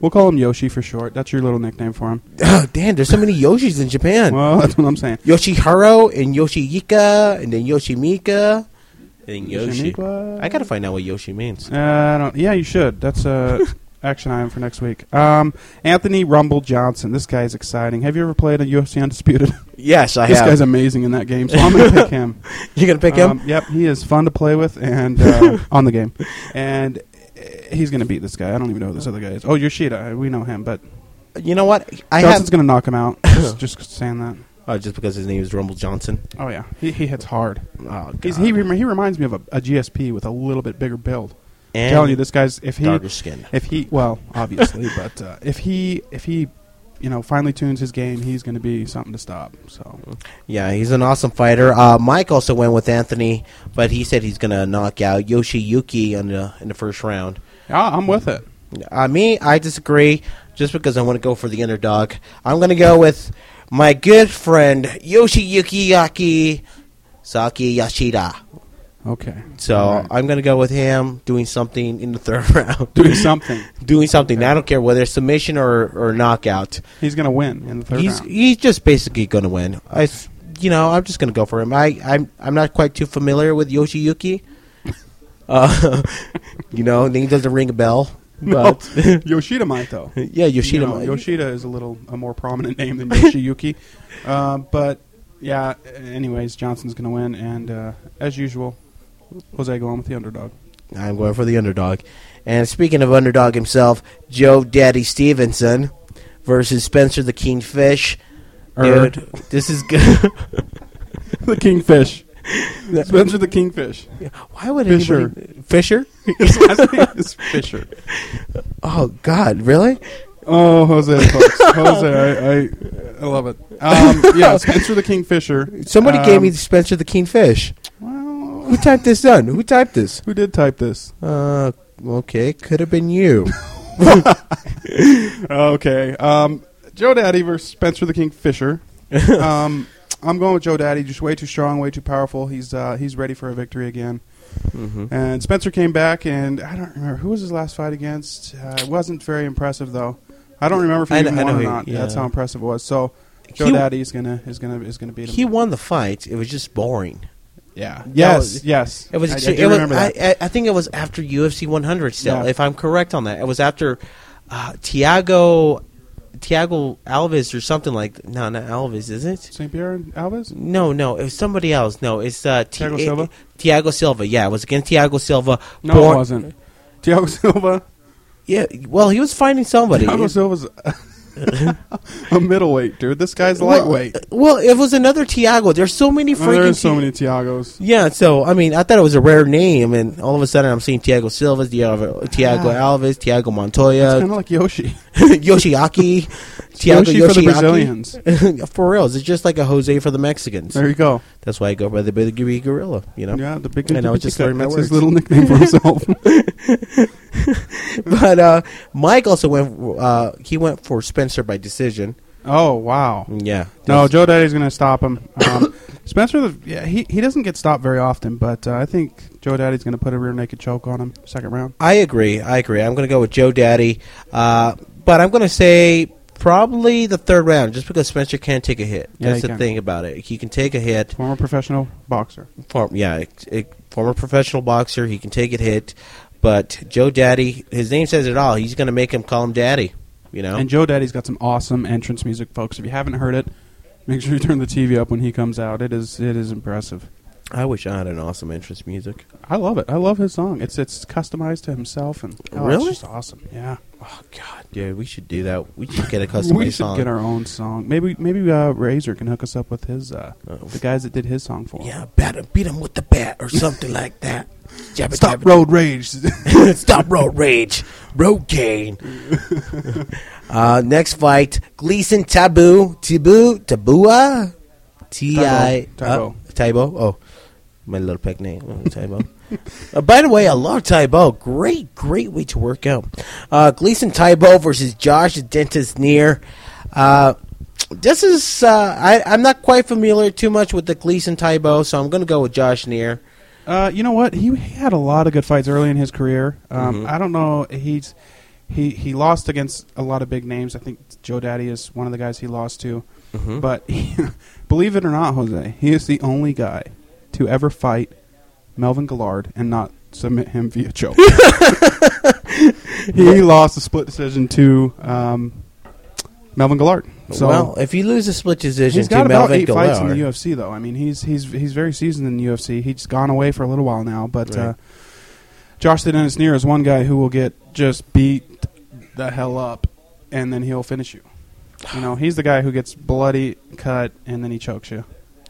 Speaker 5: We'll call him Yoshi for short. That's your little nickname for him.
Speaker 4: Oh, damn, there's so many Yoshis in Japan.
Speaker 5: Well, that's what I'm saying.
Speaker 4: Yoshihiro and Yoshiyika, and then Yoshimika, and then Yoshi.
Speaker 5: Yoshimiqua?
Speaker 4: I gotta find out what Yoshi means.
Speaker 5: Uh, I don't- yeah, you should. That's a action item for next week. Um, Anthony Rumble Johnson. This guy's exciting. Have you ever played a UFC Undisputed?
Speaker 4: Yes, I
Speaker 5: this
Speaker 4: have.
Speaker 5: guy's amazing in that game, so I'm going to pick him.
Speaker 4: you gonna pick him?
Speaker 5: Um, yep, he is fun to play with and uh, on the game. And uh, he's going to beat this guy. I don't even know who this other guy is. Oh, Yoshida. We know him, but
Speaker 4: You know what? I have
Speaker 5: Johnson's going to knock him out. just, just saying that.
Speaker 4: Oh, just because his name is Rumble Johnson.
Speaker 5: Oh, yeah. He, he hits hard.
Speaker 4: Oh,
Speaker 5: He's,
Speaker 4: God.
Speaker 5: he, rem- he reminds me of a, a GSP with a little bit bigger build.
Speaker 4: And
Speaker 5: telling you this guy's if he
Speaker 4: darker skin.
Speaker 5: if he well obviously but uh, if he if he you know finally tunes his game he's going to be something to stop so
Speaker 4: Mm. Yeah, he's an awesome fighter. Uh, Mike also went with Anthony, but he said he's gonna knock out Yoshiyuki in the in the first round.
Speaker 5: yeah, i'm with it
Speaker 4: Uh, me, I disagree. Just because I want to go for the underdog, I'm gonna go with my good friend Yoshiyuki Yaki Saki Yashida.
Speaker 5: okay
Speaker 4: So
Speaker 5: All right.
Speaker 4: I'm gonna go with him doing something in the third round.
Speaker 5: doing something
Speaker 4: doing something. I don't care whether it's submission or or knockout.
Speaker 5: he's going to win in the third
Speaker 4: he's
Speaker 5: round
Speaker 4: he's just basically going to win. I, s- you know, I'm just going to go for him. I I'm I'm not quite too familiar with Yoshiyuki. Uh, you know, name doesn't ring a bell, but
Speaker 5: yoshida might though
Speaker 4: yeah, Yoshida.
Speaker 5: You know,
Speaker 4: might-
Speaker 5: yoshida is a little a more prominent name than yoshiyuki uh, but yeah anyways johnson's going to win and uh, as usual jose going with the underdog
Speaker 4: I'm going for the underdog. And speaking of underdog himself, Joe Daddy Stevenson versus Spencer the Kingfish.
Speaker 5: Er.
Speaker 4: Dude, this is good.
Speaker 5: the kingfish spencer the kingfish
Speaker 4: Why would
Speaker 5: Fisher.
Speaker 4: anybody Fisher?
Speaker 5: his last name is fisher
Speaker 4: Oh God, really?
Speaker 5: Oh, Jose, folks. Jose, I, I, I love it. Um, yeah, Spencer the Kingfisher.
Speaker 4: Somebody
Speaker 5: Um,
Speaker 4: gave me Spencer the Kingfish.
Speaker 5: Well,
Speaker 4: Who typed this on? Who typed this?
Speaker 5: Who did type this?
Speaker 4: Uh, okay, could have been you.
Speaker 5: Okay. Um, Joe Daddy versus Spencer the King Fisher. um, I'm going with Joe Daddy. Just way too strong, way too powerful. He's uh, he's ready for a victory again.
Speaker 4: Mm-hmm.
Speaker 5: And Spencer came back, and I don't remember who was his last fight against. Uh, it wasn't very impressive, though. I don't remember if he
Speaker 4: I
Speaker 5: even
Speaker 4: know- I
Speaker 5: won
Speaker 4: know
Speaker 5: or
Speaker 4: he-
Speaker 5: not. That's
Speaker 4: yeah.
Speaker 5: how impressive it was. So Joe
Speaker 4: He-
Speaker 5: Daddy is gonna is gonna is gonna beat him.
Speaker 4: he won the fight. It was just boring.
Speaker 5: yeah. Yes.
Speaker 4: was-
Speaker 5: yes.
Speaker 4: It was.
Speaker 5: I, I
Speaker 4: extre-
Speaker 5: do
Speaker 4: it was-
Speaker 5: remember that.
Speaker 4: I, I, I think it was after UFC 100. Still,
Speaker 5: Yeah.
Speaker 4: if I'm correct on that, it was after uh, Tiago Tiago Alves or something like. No, not Alves, is it?
Speaker 5: St. Pierre and Alves.
Speaker 4: No, no, it was somebody else. No, it's uh, Ti-
Speaker 5: Thiago Silva?
Speaker 4: Thiago Silva. Yeah, it was against Tiago Silva.
Speaker 5: No,
Speaker 4: Born-
Speaker 5: it wasn't. Thiago Silva.
Speaker 4: Yeah, well, he was fighting somebody.
Speaker 5: Thiago Silva's a middleweight, dude. This guy's
Speaker 4: Well,
Speaker 5: lightweight.
Speaker 4: uh, Well, it was another Tiago. There's so many freaking.
Speaker 5: Well, there are so
Speaker 4: Ti-
Speaker 5: many Tiagos.
Speaker 4: Yeah, so I mean, I thought it was a rare name, and all of a sudden I'm seeing Tiago Silva, Tiago, Tiago
Speaker 5: Yeah.
Speaker 4: Alves, Tiago
Speaker 5: Kind of
Speaker 4: Montoya,
Speaker 5: like Yoshi.
Speaker 4: Yoshiaki, Tiago
Speaker 5: Yoshi for the
Speaker 4: Yoshiaki.
Speaker 5: Brazilians.
Speaker 4: for real, it's just like a Jose for the Mexicans.
Speaker 5: There you go.
Speaker 4: That's why I go by the Big Gibby Gorilla. You know,
Speaker 5: Yeah, the big.
Speaker 4: I know, just learned my
Speaker 5: That's
Speaker 4: words.
Speaker 5: his little nickname for himself.
Speaker 4: but uh, Mike also went. Uh, he went for Spencer by decision.
Speaker 5: oh wow.
Speaker 4: Yeah,
Speaker 5: No, Joe Daddy's going to stop him. Um, Spencer, the, yeah, he he doesn't get stopped very often, but uh, I think Joe Daddy's going to put a rear naked choke on him second round.
Speaker 4: I agree. I agree. I'm going to go with Joe Daddy, uh, but I'm going to say probably the third round, just because Spencer can't take a hit.
Speaker 5: Yeah,
Speaker 4: That's
Speaker 5: he
Speaker 4: the
Speaker 5: can.
Speaker 4: thing about it. He can take a hit.
Speaker 5: Former professional boxer.
Speaker 4: Form, yeah, it, it, former professional boxer. He can take a hit, but Joe Daddy, his name says it all. He's going to make him call him Daddy. You know.
Speaker 5: And Joe Daddy's got some awesome entrance music, folks. If you haven't heard it, make sure you turn the TV up when he comes out. It is it is impressive.
Speaker 4: I wish I had an awesome entrance music.
Speaker 5: I love it. I love his song. It's it's customized to himself and oh,
Speaker 4: Really?
Speaker 5: it's just awesome. Yeah.
Speaker 4: Oh God, dude, we should do that. We should get a customized
Speaker 5: We should
Speaker 4: song.
Speaker 5: get our own song. Maybe maybe uh, Razor can hook us up with his uh, the guys that did his song for him.
Speaker 4: yeah, better beat him with the bat or something like that. Jabba
Speaker 5: Stop
Speaker 4: jabba
Speaker 5: road rage.
Speaker 4: Stop road rage. Road cane. uh, next fight Gleason Taboo. Taboo. Tabua? T I.
Speaker 5: Taibo.
Speaker 4: uh, Taibo. Oh, my little pet name. Oh, Taibo. uh, by the way, I love Taibo. Great, great way to work out. Uh, Gleason Taibo versus Josh Dentist Near. Uh, this is uh, I, I'm not quite familiar too much with the Gleason Taibo, so I'm going to go with Josh Near.
Speaker 5: Uh, you know what? He, he had a lot of good fights early in his career. Um, I don't know. He's he he lost against a lot of big names. I think Joe Daddy is one of the guys he lost to. But believe it or not, Jose, he is the only guy to ever fight Melvin Gillard and not submit him via choke. he lost a split decision to um, Melvin Gillard. So
Speaker 4: well, if you lose a split decision
Speaker 5: He's
Speaker 4: to
Speaker 5: got about
Speaker 4: Melvin
Speaker 5: eight
Speaker 4: Gillard,
Speaker 5: fights in the UFC, though. I mean, he's he's he's very seasoned in the UFC. He's gone away for a little while now, but uh,
Speaker 4: Right.
Speaker 5: Josh the Dennis Neer is one guy who will get just beat the hell up, and then he'll finish you. You know, he's the guy who gets bloody, cut, and then he chokes you.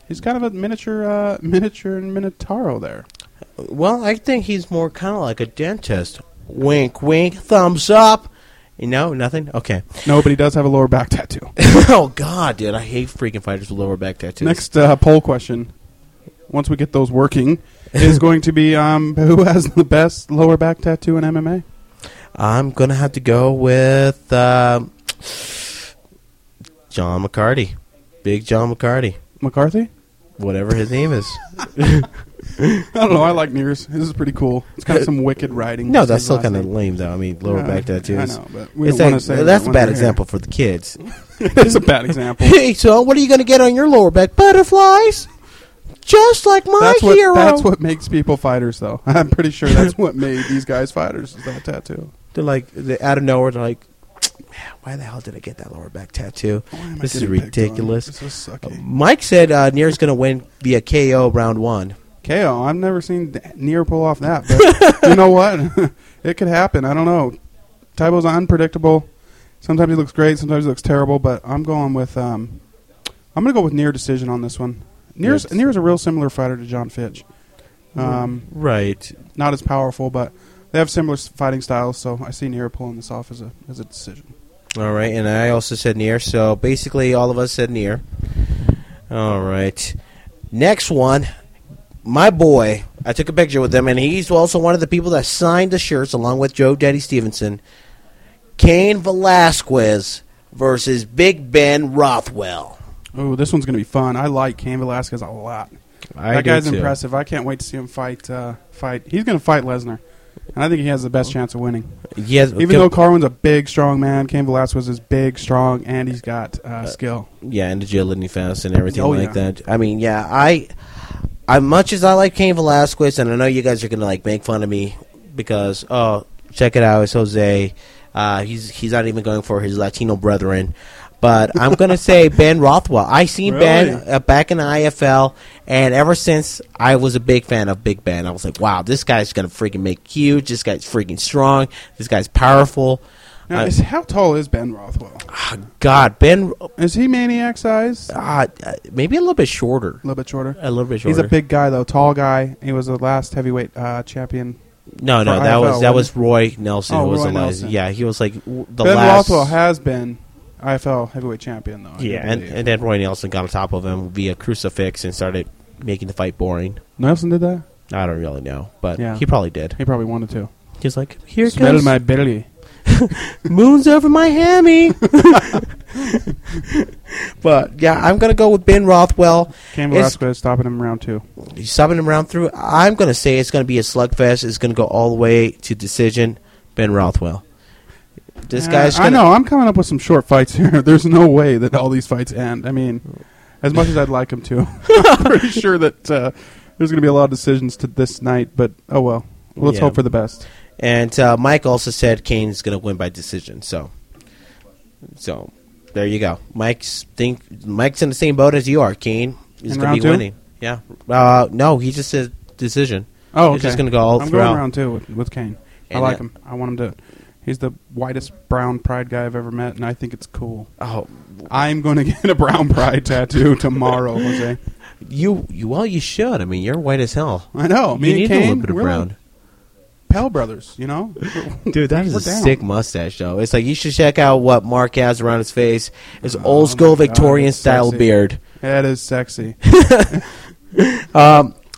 Speaker 5: He's kind of a miniature, uh, miniature Minotauro there.
Speaker 4: Well, I think he's more kind of like a dentist. Wink, wink, thumbs up. You know, nothing? Okay.
Speaker 5: No, but he does have a lower back tattoo.
Speaker 4: oh, God, dude. I hate freaking fighters with lower back tattoos.
Speaker 5: Next uh, poll question, once we get those working, is going to be um, who has the best lower back tattoo in MMA?
Speaker 4: I'm going to have to go with um John McCarty. Big John McCarty.
Speaker 5: McCarthy?
Speaker 4: Whatever his name is.
Speaker 5: I don't know. I like Nears. This is pretty cool. It's got some wicked writing.
Speaker 4: No,
Speaker 5: His
Speaker 4: that's still
Speaker 5: last
Speaker 4: kind of
Speaker 5: name.
Speaker 4: lame, though. I mean, lower
Speaker 5: Yeah,
Speaker 4: back tattoos.
Speaker 5: I know, but we
Speaker 4: It's
Speaker 5: don't wanna
Speaker 4: like-
Speaker 5: say that
Speaker 4: that's a
Speaker 5: when
Speaker 4: bad
Speaker 5: we're here.
Speaker 4: example for the kids.
Speaker 5: it's a bad example.
Speaker 4: hey, so what are you going to get on your lower back? Butterflies? Just like my
Speaker 5: That's what,
Speaker 4: hero.
Speaker 5: that's what makes people fighters, though. I'm pretty sure that's what made these guys fighters. Is that tattoo?
Speaker 4: They're like they, out of nowhere. They're like, "Man, why the hell did I get that lower back tattoo?
Speaker 5: Why am I
Speaker 4: This is
Speaker 5: getting picked on?
Speaker 4: ridiculous.
Speaker 5: This is sucky.
Speaker 4: Mike said uh, Nier's going to win via KO round one.
Speaker 5: KO. I've never seen th- Nier pull off that. But you know what? it could happen. I don't know. Tybo's unpredictable. Sometimes he looks great. Sometimes he looks terrible. But I'm going with um, I'm going to go with Nier decision on this one. Nier's
Speaker 4: Yes. Mm-hmm.
Speaker 5: Nier's a real similar fighter to John Fitch. Um,
Speaker 4: Right.
Speaker 5: not as powerful, but they have similar s- fighting styles. So I see Nier pulling this off as a as a decision.
Speaker 4: All right. And I also said Nier. So basically, all of us said Nier. All right. Next one, my boy I took a picture with him, and he's also one of the people that signed the shirts along with Joe Daddy Stevenson. Kane Velasquez versus Big Ben Rothwell.
Speaker 5: Oh, this one's gonna be fun. I like Cain Velasquez a lot.
Speaker 6: I
Speaker 5: that
Speaker 6: do,
Speaker 5: guy's
Speaker 6: too.
Speaker 5: impressive. I can't wait to see him fight. Uh, fight. He's gonna fight Lesnar, and I think he has the best chance of winning.
Speaker 4: Yes,
Speaker 5: Even though Carwin's a big, strong man, Cain Velasquez is big, strong, and he's got uh, skill.
Speaker 4: yeah, and agility fast and everything
Speaker 5: Oh,
Speaker 4: like
Speaker 5: yeah.
Speaker 4: that. I mean, yeah, I, I much as I like Cain Velasquez, and I know you guys are gonna like make fun of me because oh, check it out, it's Jose. Uh, he's he's not even going for his Latino brethren. But I'm gonna say Ben Rothwell. I seen Ben
Speaker 5: Really?
Speaker 4: uh, back in the IFL, and ever since I was a big fan of Big Ben. I was like, wow, this guy's gonna freaking make huge. This guy's freaking strong. This guy's powerful.
Speaker 5: Now,
Speaker 4: Uh,
Speaker 5: is, how tall is Ben Rothwell?
Speaker 4: God, Ben,
Speaker 5: Is he maniac size? A
Speaker 4: uh, uh, maybe a little bit shorter.
Speaker 5: little bit shorter.
Speaker 4: A little bit shorter.
Speaker 5: He's a big guy though, tall guy. He was the last heavyweight uh, champion.
Speaker 4: No, no,
Speaker 5: for
Speaker 4: that
Speaker 5: IFL,
Speaker 4: was that
Speaker 5: wasn't
Speaker 4: was Roy Nelson.
Speaker 5: Oh,
Speaker 4: who was
Speaker 5: Roy
Speaker 4: the last,
Speaker 5: Nelson.
Speaker 4: Yeah, he was like w- the
Speaker 5: ben
Speaker 4: last.
Speaker 5: Rothwell has been IFL heavyweight champion though. I
Speaker 4: yeah,
Speaker 5: do
Speaker 4: and,
Speaker 5: believe.
Speaker 4: and then Roy Nelson got on top of him via crucifix and started making the fight boring.
Speaker 5: Nelson did that.
Speaker 4: I don't really know, but
Speaker 5: Yeah.
Speaker 4: he probably did.
Speaker 5: He probably wanted to.
Speaker 4: He's like, here it
Speaker 5: Smell
Speaker 4: goes,
Speaker 5: my belly.
Speaker 4: moons over my hammy. but yeah, I'm gonna go with Ben Rothwell.
Speaker 5: Cain
Speaker 4: It's-
Speaker 5: Velasquez stopping him in round two.
Speaker 4: He's stopping him round through. I'm gonna say it's gonna be a slugfest. It's gonna go all the way to decision. Ben Rothwell. This
Speaker 5: Yeah,
Speaker 4: guy's. Gonna,
Speaker 5: I know. I'm coming up with some short fights here. There's no way that all these fights end. I mean, as much as I'd like them to, I'm pretty sure that uh, there's going to be a lot of decisions to this night. But oh well. Well, Let's
Speaker 4: Yeah.
Speaker 5: hope for the best.
Speaker 4: And uh, Mike also said Kane's going to win by decision. So, so there you go. Mike's think Mike's in the same boat as you are. Kane is
Speaker 5: In round
Speaker 4: going to be
Speaker 5: two?
Speaker 4: winning. Yeah. Uh, no, he just said decision.
Speaker 5: Oh, okay.
Speaker 4: It's just gonna go all
Speaker 5: I'm
Speaker 4: throughout.
Speaker 5: going round two with, with Kane.
Speaker 4: And,
Speaker 5: I like
Speaker 4: uh,
Speaker 5: him. I want him to. He's the whitest brown pride guy I've ever met, and I think it's cool.
Speaker 4: Oh,
Speaker 5: I'm going to get a brown pride tattoo tomorrow, Jose.
Speaker 4: you, you well, you should. I mean, you're white as hell.
Speaker 5: I know. Me
Speaker 4: you
Speaker 5: and
Speaker 4: need
Speaker 5: Kane,
Speaker 4: a little bit of
Speaker 5: we're
Speaker 4: brown.
Speaker 5: like Pell brothers, you know.
Speaker 4: Dude, that is
Speaker 5: We're
Speaker 4: a
Speaker 5: down.
Speaker 4: sick mustache, though. It's like you should check out what Mark has around his face. It's old school
Speaker 5: my God,
Speaker 4: Victorian
Speaker 5: it's
Speaker 4: style
Speaker 5: sexy.
Speaker 4: beard.
Speaker 5: that is sexy.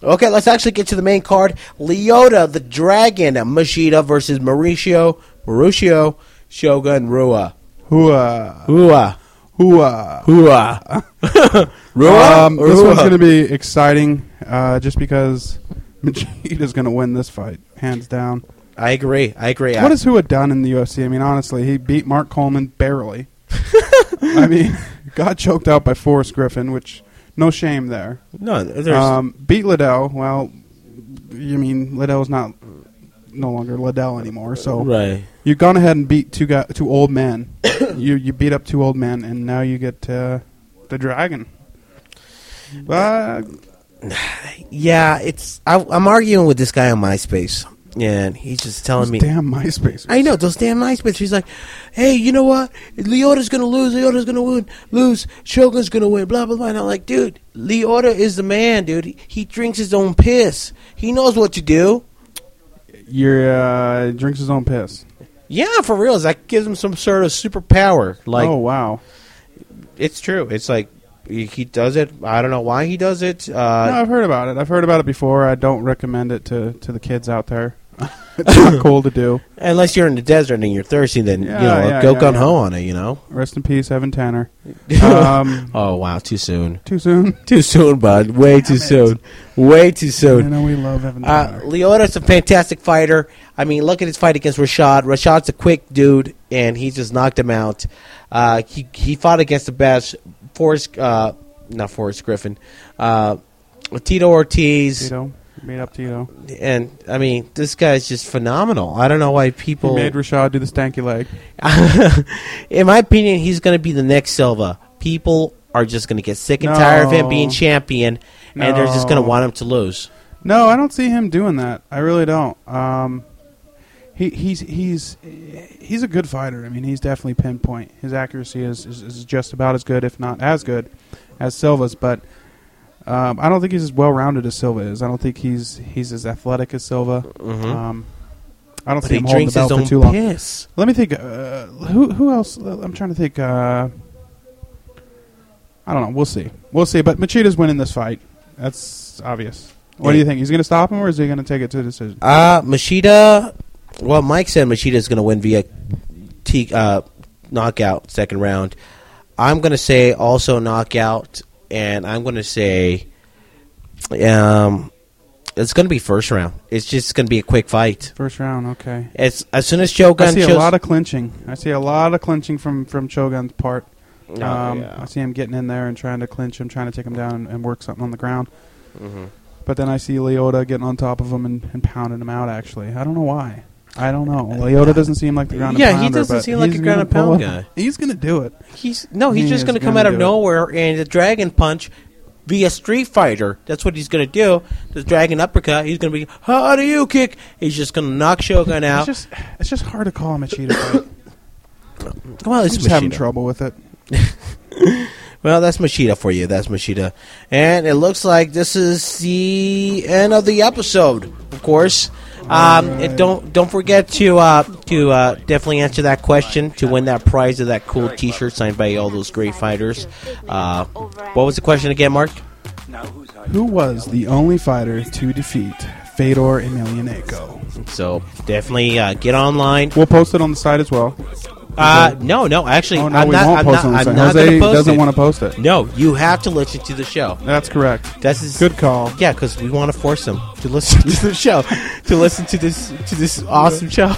Speaker 4: Okay, let's actually get to the main card. Leota the Dragon Machida versus Mauricio Mauricio Shogun Rua.
Speaker 5: Hua,
Speaker 4: Rua.
Speaker 5: hua.
Speaker 4: Rua. Rua.
Speaker 5: uh, Um, this
Speaker 4: uh?
Speaker 5: one's going to be exciting, uh, just because Machida's going to win this fight, hands down.
Speaker 4: I agree. I agree.
Speaker 5: What has Hua done in the UFC? I mean, honestly, he beat Mark Coleman barely. I mean, got choked out by Forrest Griffin, which no shame there.
Speaker 4: no? There's
Speaker 5: Um, beat Liddell. Well, you mean Liddell's not no longer Liddell anymore. So
Speaker 4: right.
Speaker 5: you've gone ahead and beat two guy, two old men. you you beat up two old men, and now you get uh, the dragon. But
Speaker 4: Yeah, it's. I, I'm arguing with this guy on MySpace, and he's just telling me.
Speaker 5: damn MySpace.
Speaker 4: I know those damn nice bitches. He's like, hey, you know what? Leota's gonna lose. Leota's gonna win. Lose. Shogun's gonna win. Blah blah blah. And I'm like, dude, Leota is the man, dude. He, he drinks his own piss. He knows what to do.
Speaker 5: Your uh, drinks his own piss.
Speaker 4: Yeah, for real. That gives him some sort of superpower. Like
Speaker 5: oh wow.
Speaker 4: it's true. It's like he, he does it. I don't know why he does it.
Speaker 5: No,
Speaker 4: Uh,
Speaker 5: I've heard about it. I've heard about it before. I don't recommend it to, to the kids out there. it's not cool to do.
Speaker 4: Unless you're in the desert and you're thirsty, then
Speaker 5: Yeah,
Speaker 4: you know
Speaker 5: yeah,
Speaker 4: go
Speaker 5: yeah,
Speaker 4: gun
Speaker 5: yeah.
Speaker 4: ho on it. You know.
Speaker 5: Rest in peace, Evan Tanner. Um,
Speaker 4: Oh wow, too soon.
Speaker 5: too soon.
Speaker 4: Too soon, bud. Way too soon. Way too
Speaker 5: I
Speaker 4: soon.
Speaker 5: know we love Evan
Speaker 4: Uh,
Speaker 5: Tanner.
Speaker 4: Leota's a fantastic fighter. I mean, look at his fight against Rashad. Rashad's a quick dude, and he just knocked him out. Uh, he he fought against the best. Forrest, uh, not Forrest Griffin, uh, Tito Ortiz,
Speaker 5: Tito made up Tito.
Speaker 4: and I mean, this guy's just phenomenal. I don't know why
Speaker 5: He
Speaker 4: people.
Speaker 5: made Rashad do the stanky leg.
Speaker 4: in my opinion, he's going to be the next Silva. People are just going to get sick and tired of him
Speaker 5: No.
Speaker 4: being champion, and they're just going to
Speaker 5: No.
Speaker 4: want him to lose.
Speaker 5: No, I don't see him doing that. I really don't. Um, he he's he's he's a good fighter. I mean, he's definitely pinpoint. His accuracy is is, is just about as good, if not as good, as Silva's. But um, I don't think he's as well rounded as Silva is. I don't think he's he's as athletic as Silva. Um, I don't
Speaker 4: Mm-hmm. But
Speaker 5: see
Speaker 4: he
Speaker 5: him holding
Speaker 4: drinks
Speaker 5: the
Speaker 4: his
Speaker 5: belt
Speaker 4: own
Speaker 5: for too long.
Speaker 4: piss.
Speaker 5: Let me think. Uh, who who else? I'm trying to think. Uh, I don't know. We'll see. We'll see. But Machida's winning this fight. That's obvious. What do you think? He's going to stop him, or is he going to take it to a decision?
Speaker 4: Uh, Machida. Well, Mike said Machida's going to win via t- uh, knockout second round. I'm going to say also knockout, and I'm going to say um, it's going to be first round. It's just going to be a quick fight.
Speaker 5: First round, okay.
Speaker 4: It's as soon as Shogun
Speaker 5: I see
Speaker 4: shows,
Speaker 5: a lot of clinching. I see a lot of clinching from from Chogun's part.
Speaker 4: Oh,
Speaker 5: um,
Speaker 4: yeah.
Speaker 5: I see him getting in there and trying to clinch him, trying to take him down and, and work something on the ground.
Speaker 4: Mm-hmm.
Speaker 5: But then I see Leota getting on top of him and, and pounding him out. Actually, I don't know why. I don't know. Leota doesn't seem like the ground.
Speaker 4: Uh, Yeah,
Speaker 5: and
Speaker 4: he
Speaker 5: pounder,
Speaker 4: doesn't
Speaker 5: but
Speaker 4: seem like
Speaker 5: he's
Speaker 4: a ground and
Speaker 5: gonna
Speaker 4: pound
Speaker 5: pull it.
Speaker 4: guy.
Speaker 5: He's gonna do it.
Speaker 4: he's no, he's
Speaker 5: He
Speaker 4: just
Speaker 5: is
Speaker 4: going to come
Speaker 5: gonna
Speaker 4: out of
Speaker 5: do it.
Speaker 4: nowhere and the dragon punch via Street Fighter. That's what he's going to do. The dragon uppercut. He's going to be how do you kick? He's just going to knock Shogun
Speaker 5: It's
Speaker 4: out.
Speaker 5: just it's just hard to call him a cheater. but
Speaker 4: well,
Speaker 5: I'm
Speaker 4: it's
Speaker 5: just having
Speaker 4: Machida.
Speaker 5: trouble with it.
Speaker 4: Well, that's Machida for you. That's Machida. And it looks like this is the end of the episode, of course. Um, and don't don't forget to uh, to uh, definitely answer that question to win that prize of that cool T-shirt signed by all those great fighters. Uh, what was the question again, Mark?
Speaker 5: Who was the only fighter to defeat Fedor Emelianenko?
Speaker 4: So definitely uh, get online.
Speaker 5: We'll post it on the site as well.
Speaker 4: Uh, no, no, actually,
Speaker 5: Oh no,
Speaker 4: I'm
Speaker 5: we
Speaker 4: not.
Speaker 5: won't
Speaker 4: I'm
Speaker 5: post it
Speaker 4: not,
Speaker 5: on
Speaker 4: I'm
Speaker 5: the
Speaker 4: not
Speaker 5: site. Jose
Speaker 4: going to post
Speaker 5: doesn't
Speaker 4: it.
Speaker 5: want to post it.
Speaker 4: No, you have to listen to the show.
Speaker 5: That's correct.
Speaker 4: That's his,
Speaker 5: Good call.
Speaker 4: Yeah, because we want to force them to listen to the show, to listen to this to this awesome show.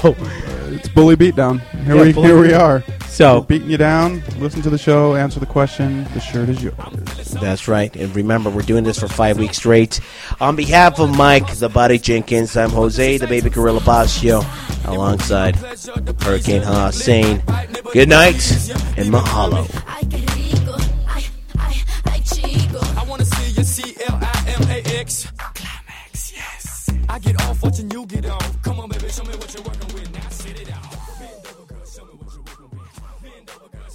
Speaker 5: It's bully beatdown. Here
Speaker 4: Yeah,
Speaker 5: we
Speaker 4: bully
Speaker 5: here we
Speaker 4: beatdown.
Speaker 5: are.
Speaker 4: So
Speaker 5: Beating you down. Listen to the show. Answer the question. The shirt is yours.
Speaker 4: that's right, and remember, we're doing this for five weeks straight. On behalf of Mike, the Body Jenkins, I'm Jose, the Baby Gorilla Basio, alongside Hurricane Hossein. Good night and mahalo.
Speaker 6: Ay, qué rico. Ay, ay, ay, chico.
Speaker 7: I wanna see you C L I M A X. Climax, yes. I get off watching you get off. Come on, baby, show me what you're working with now.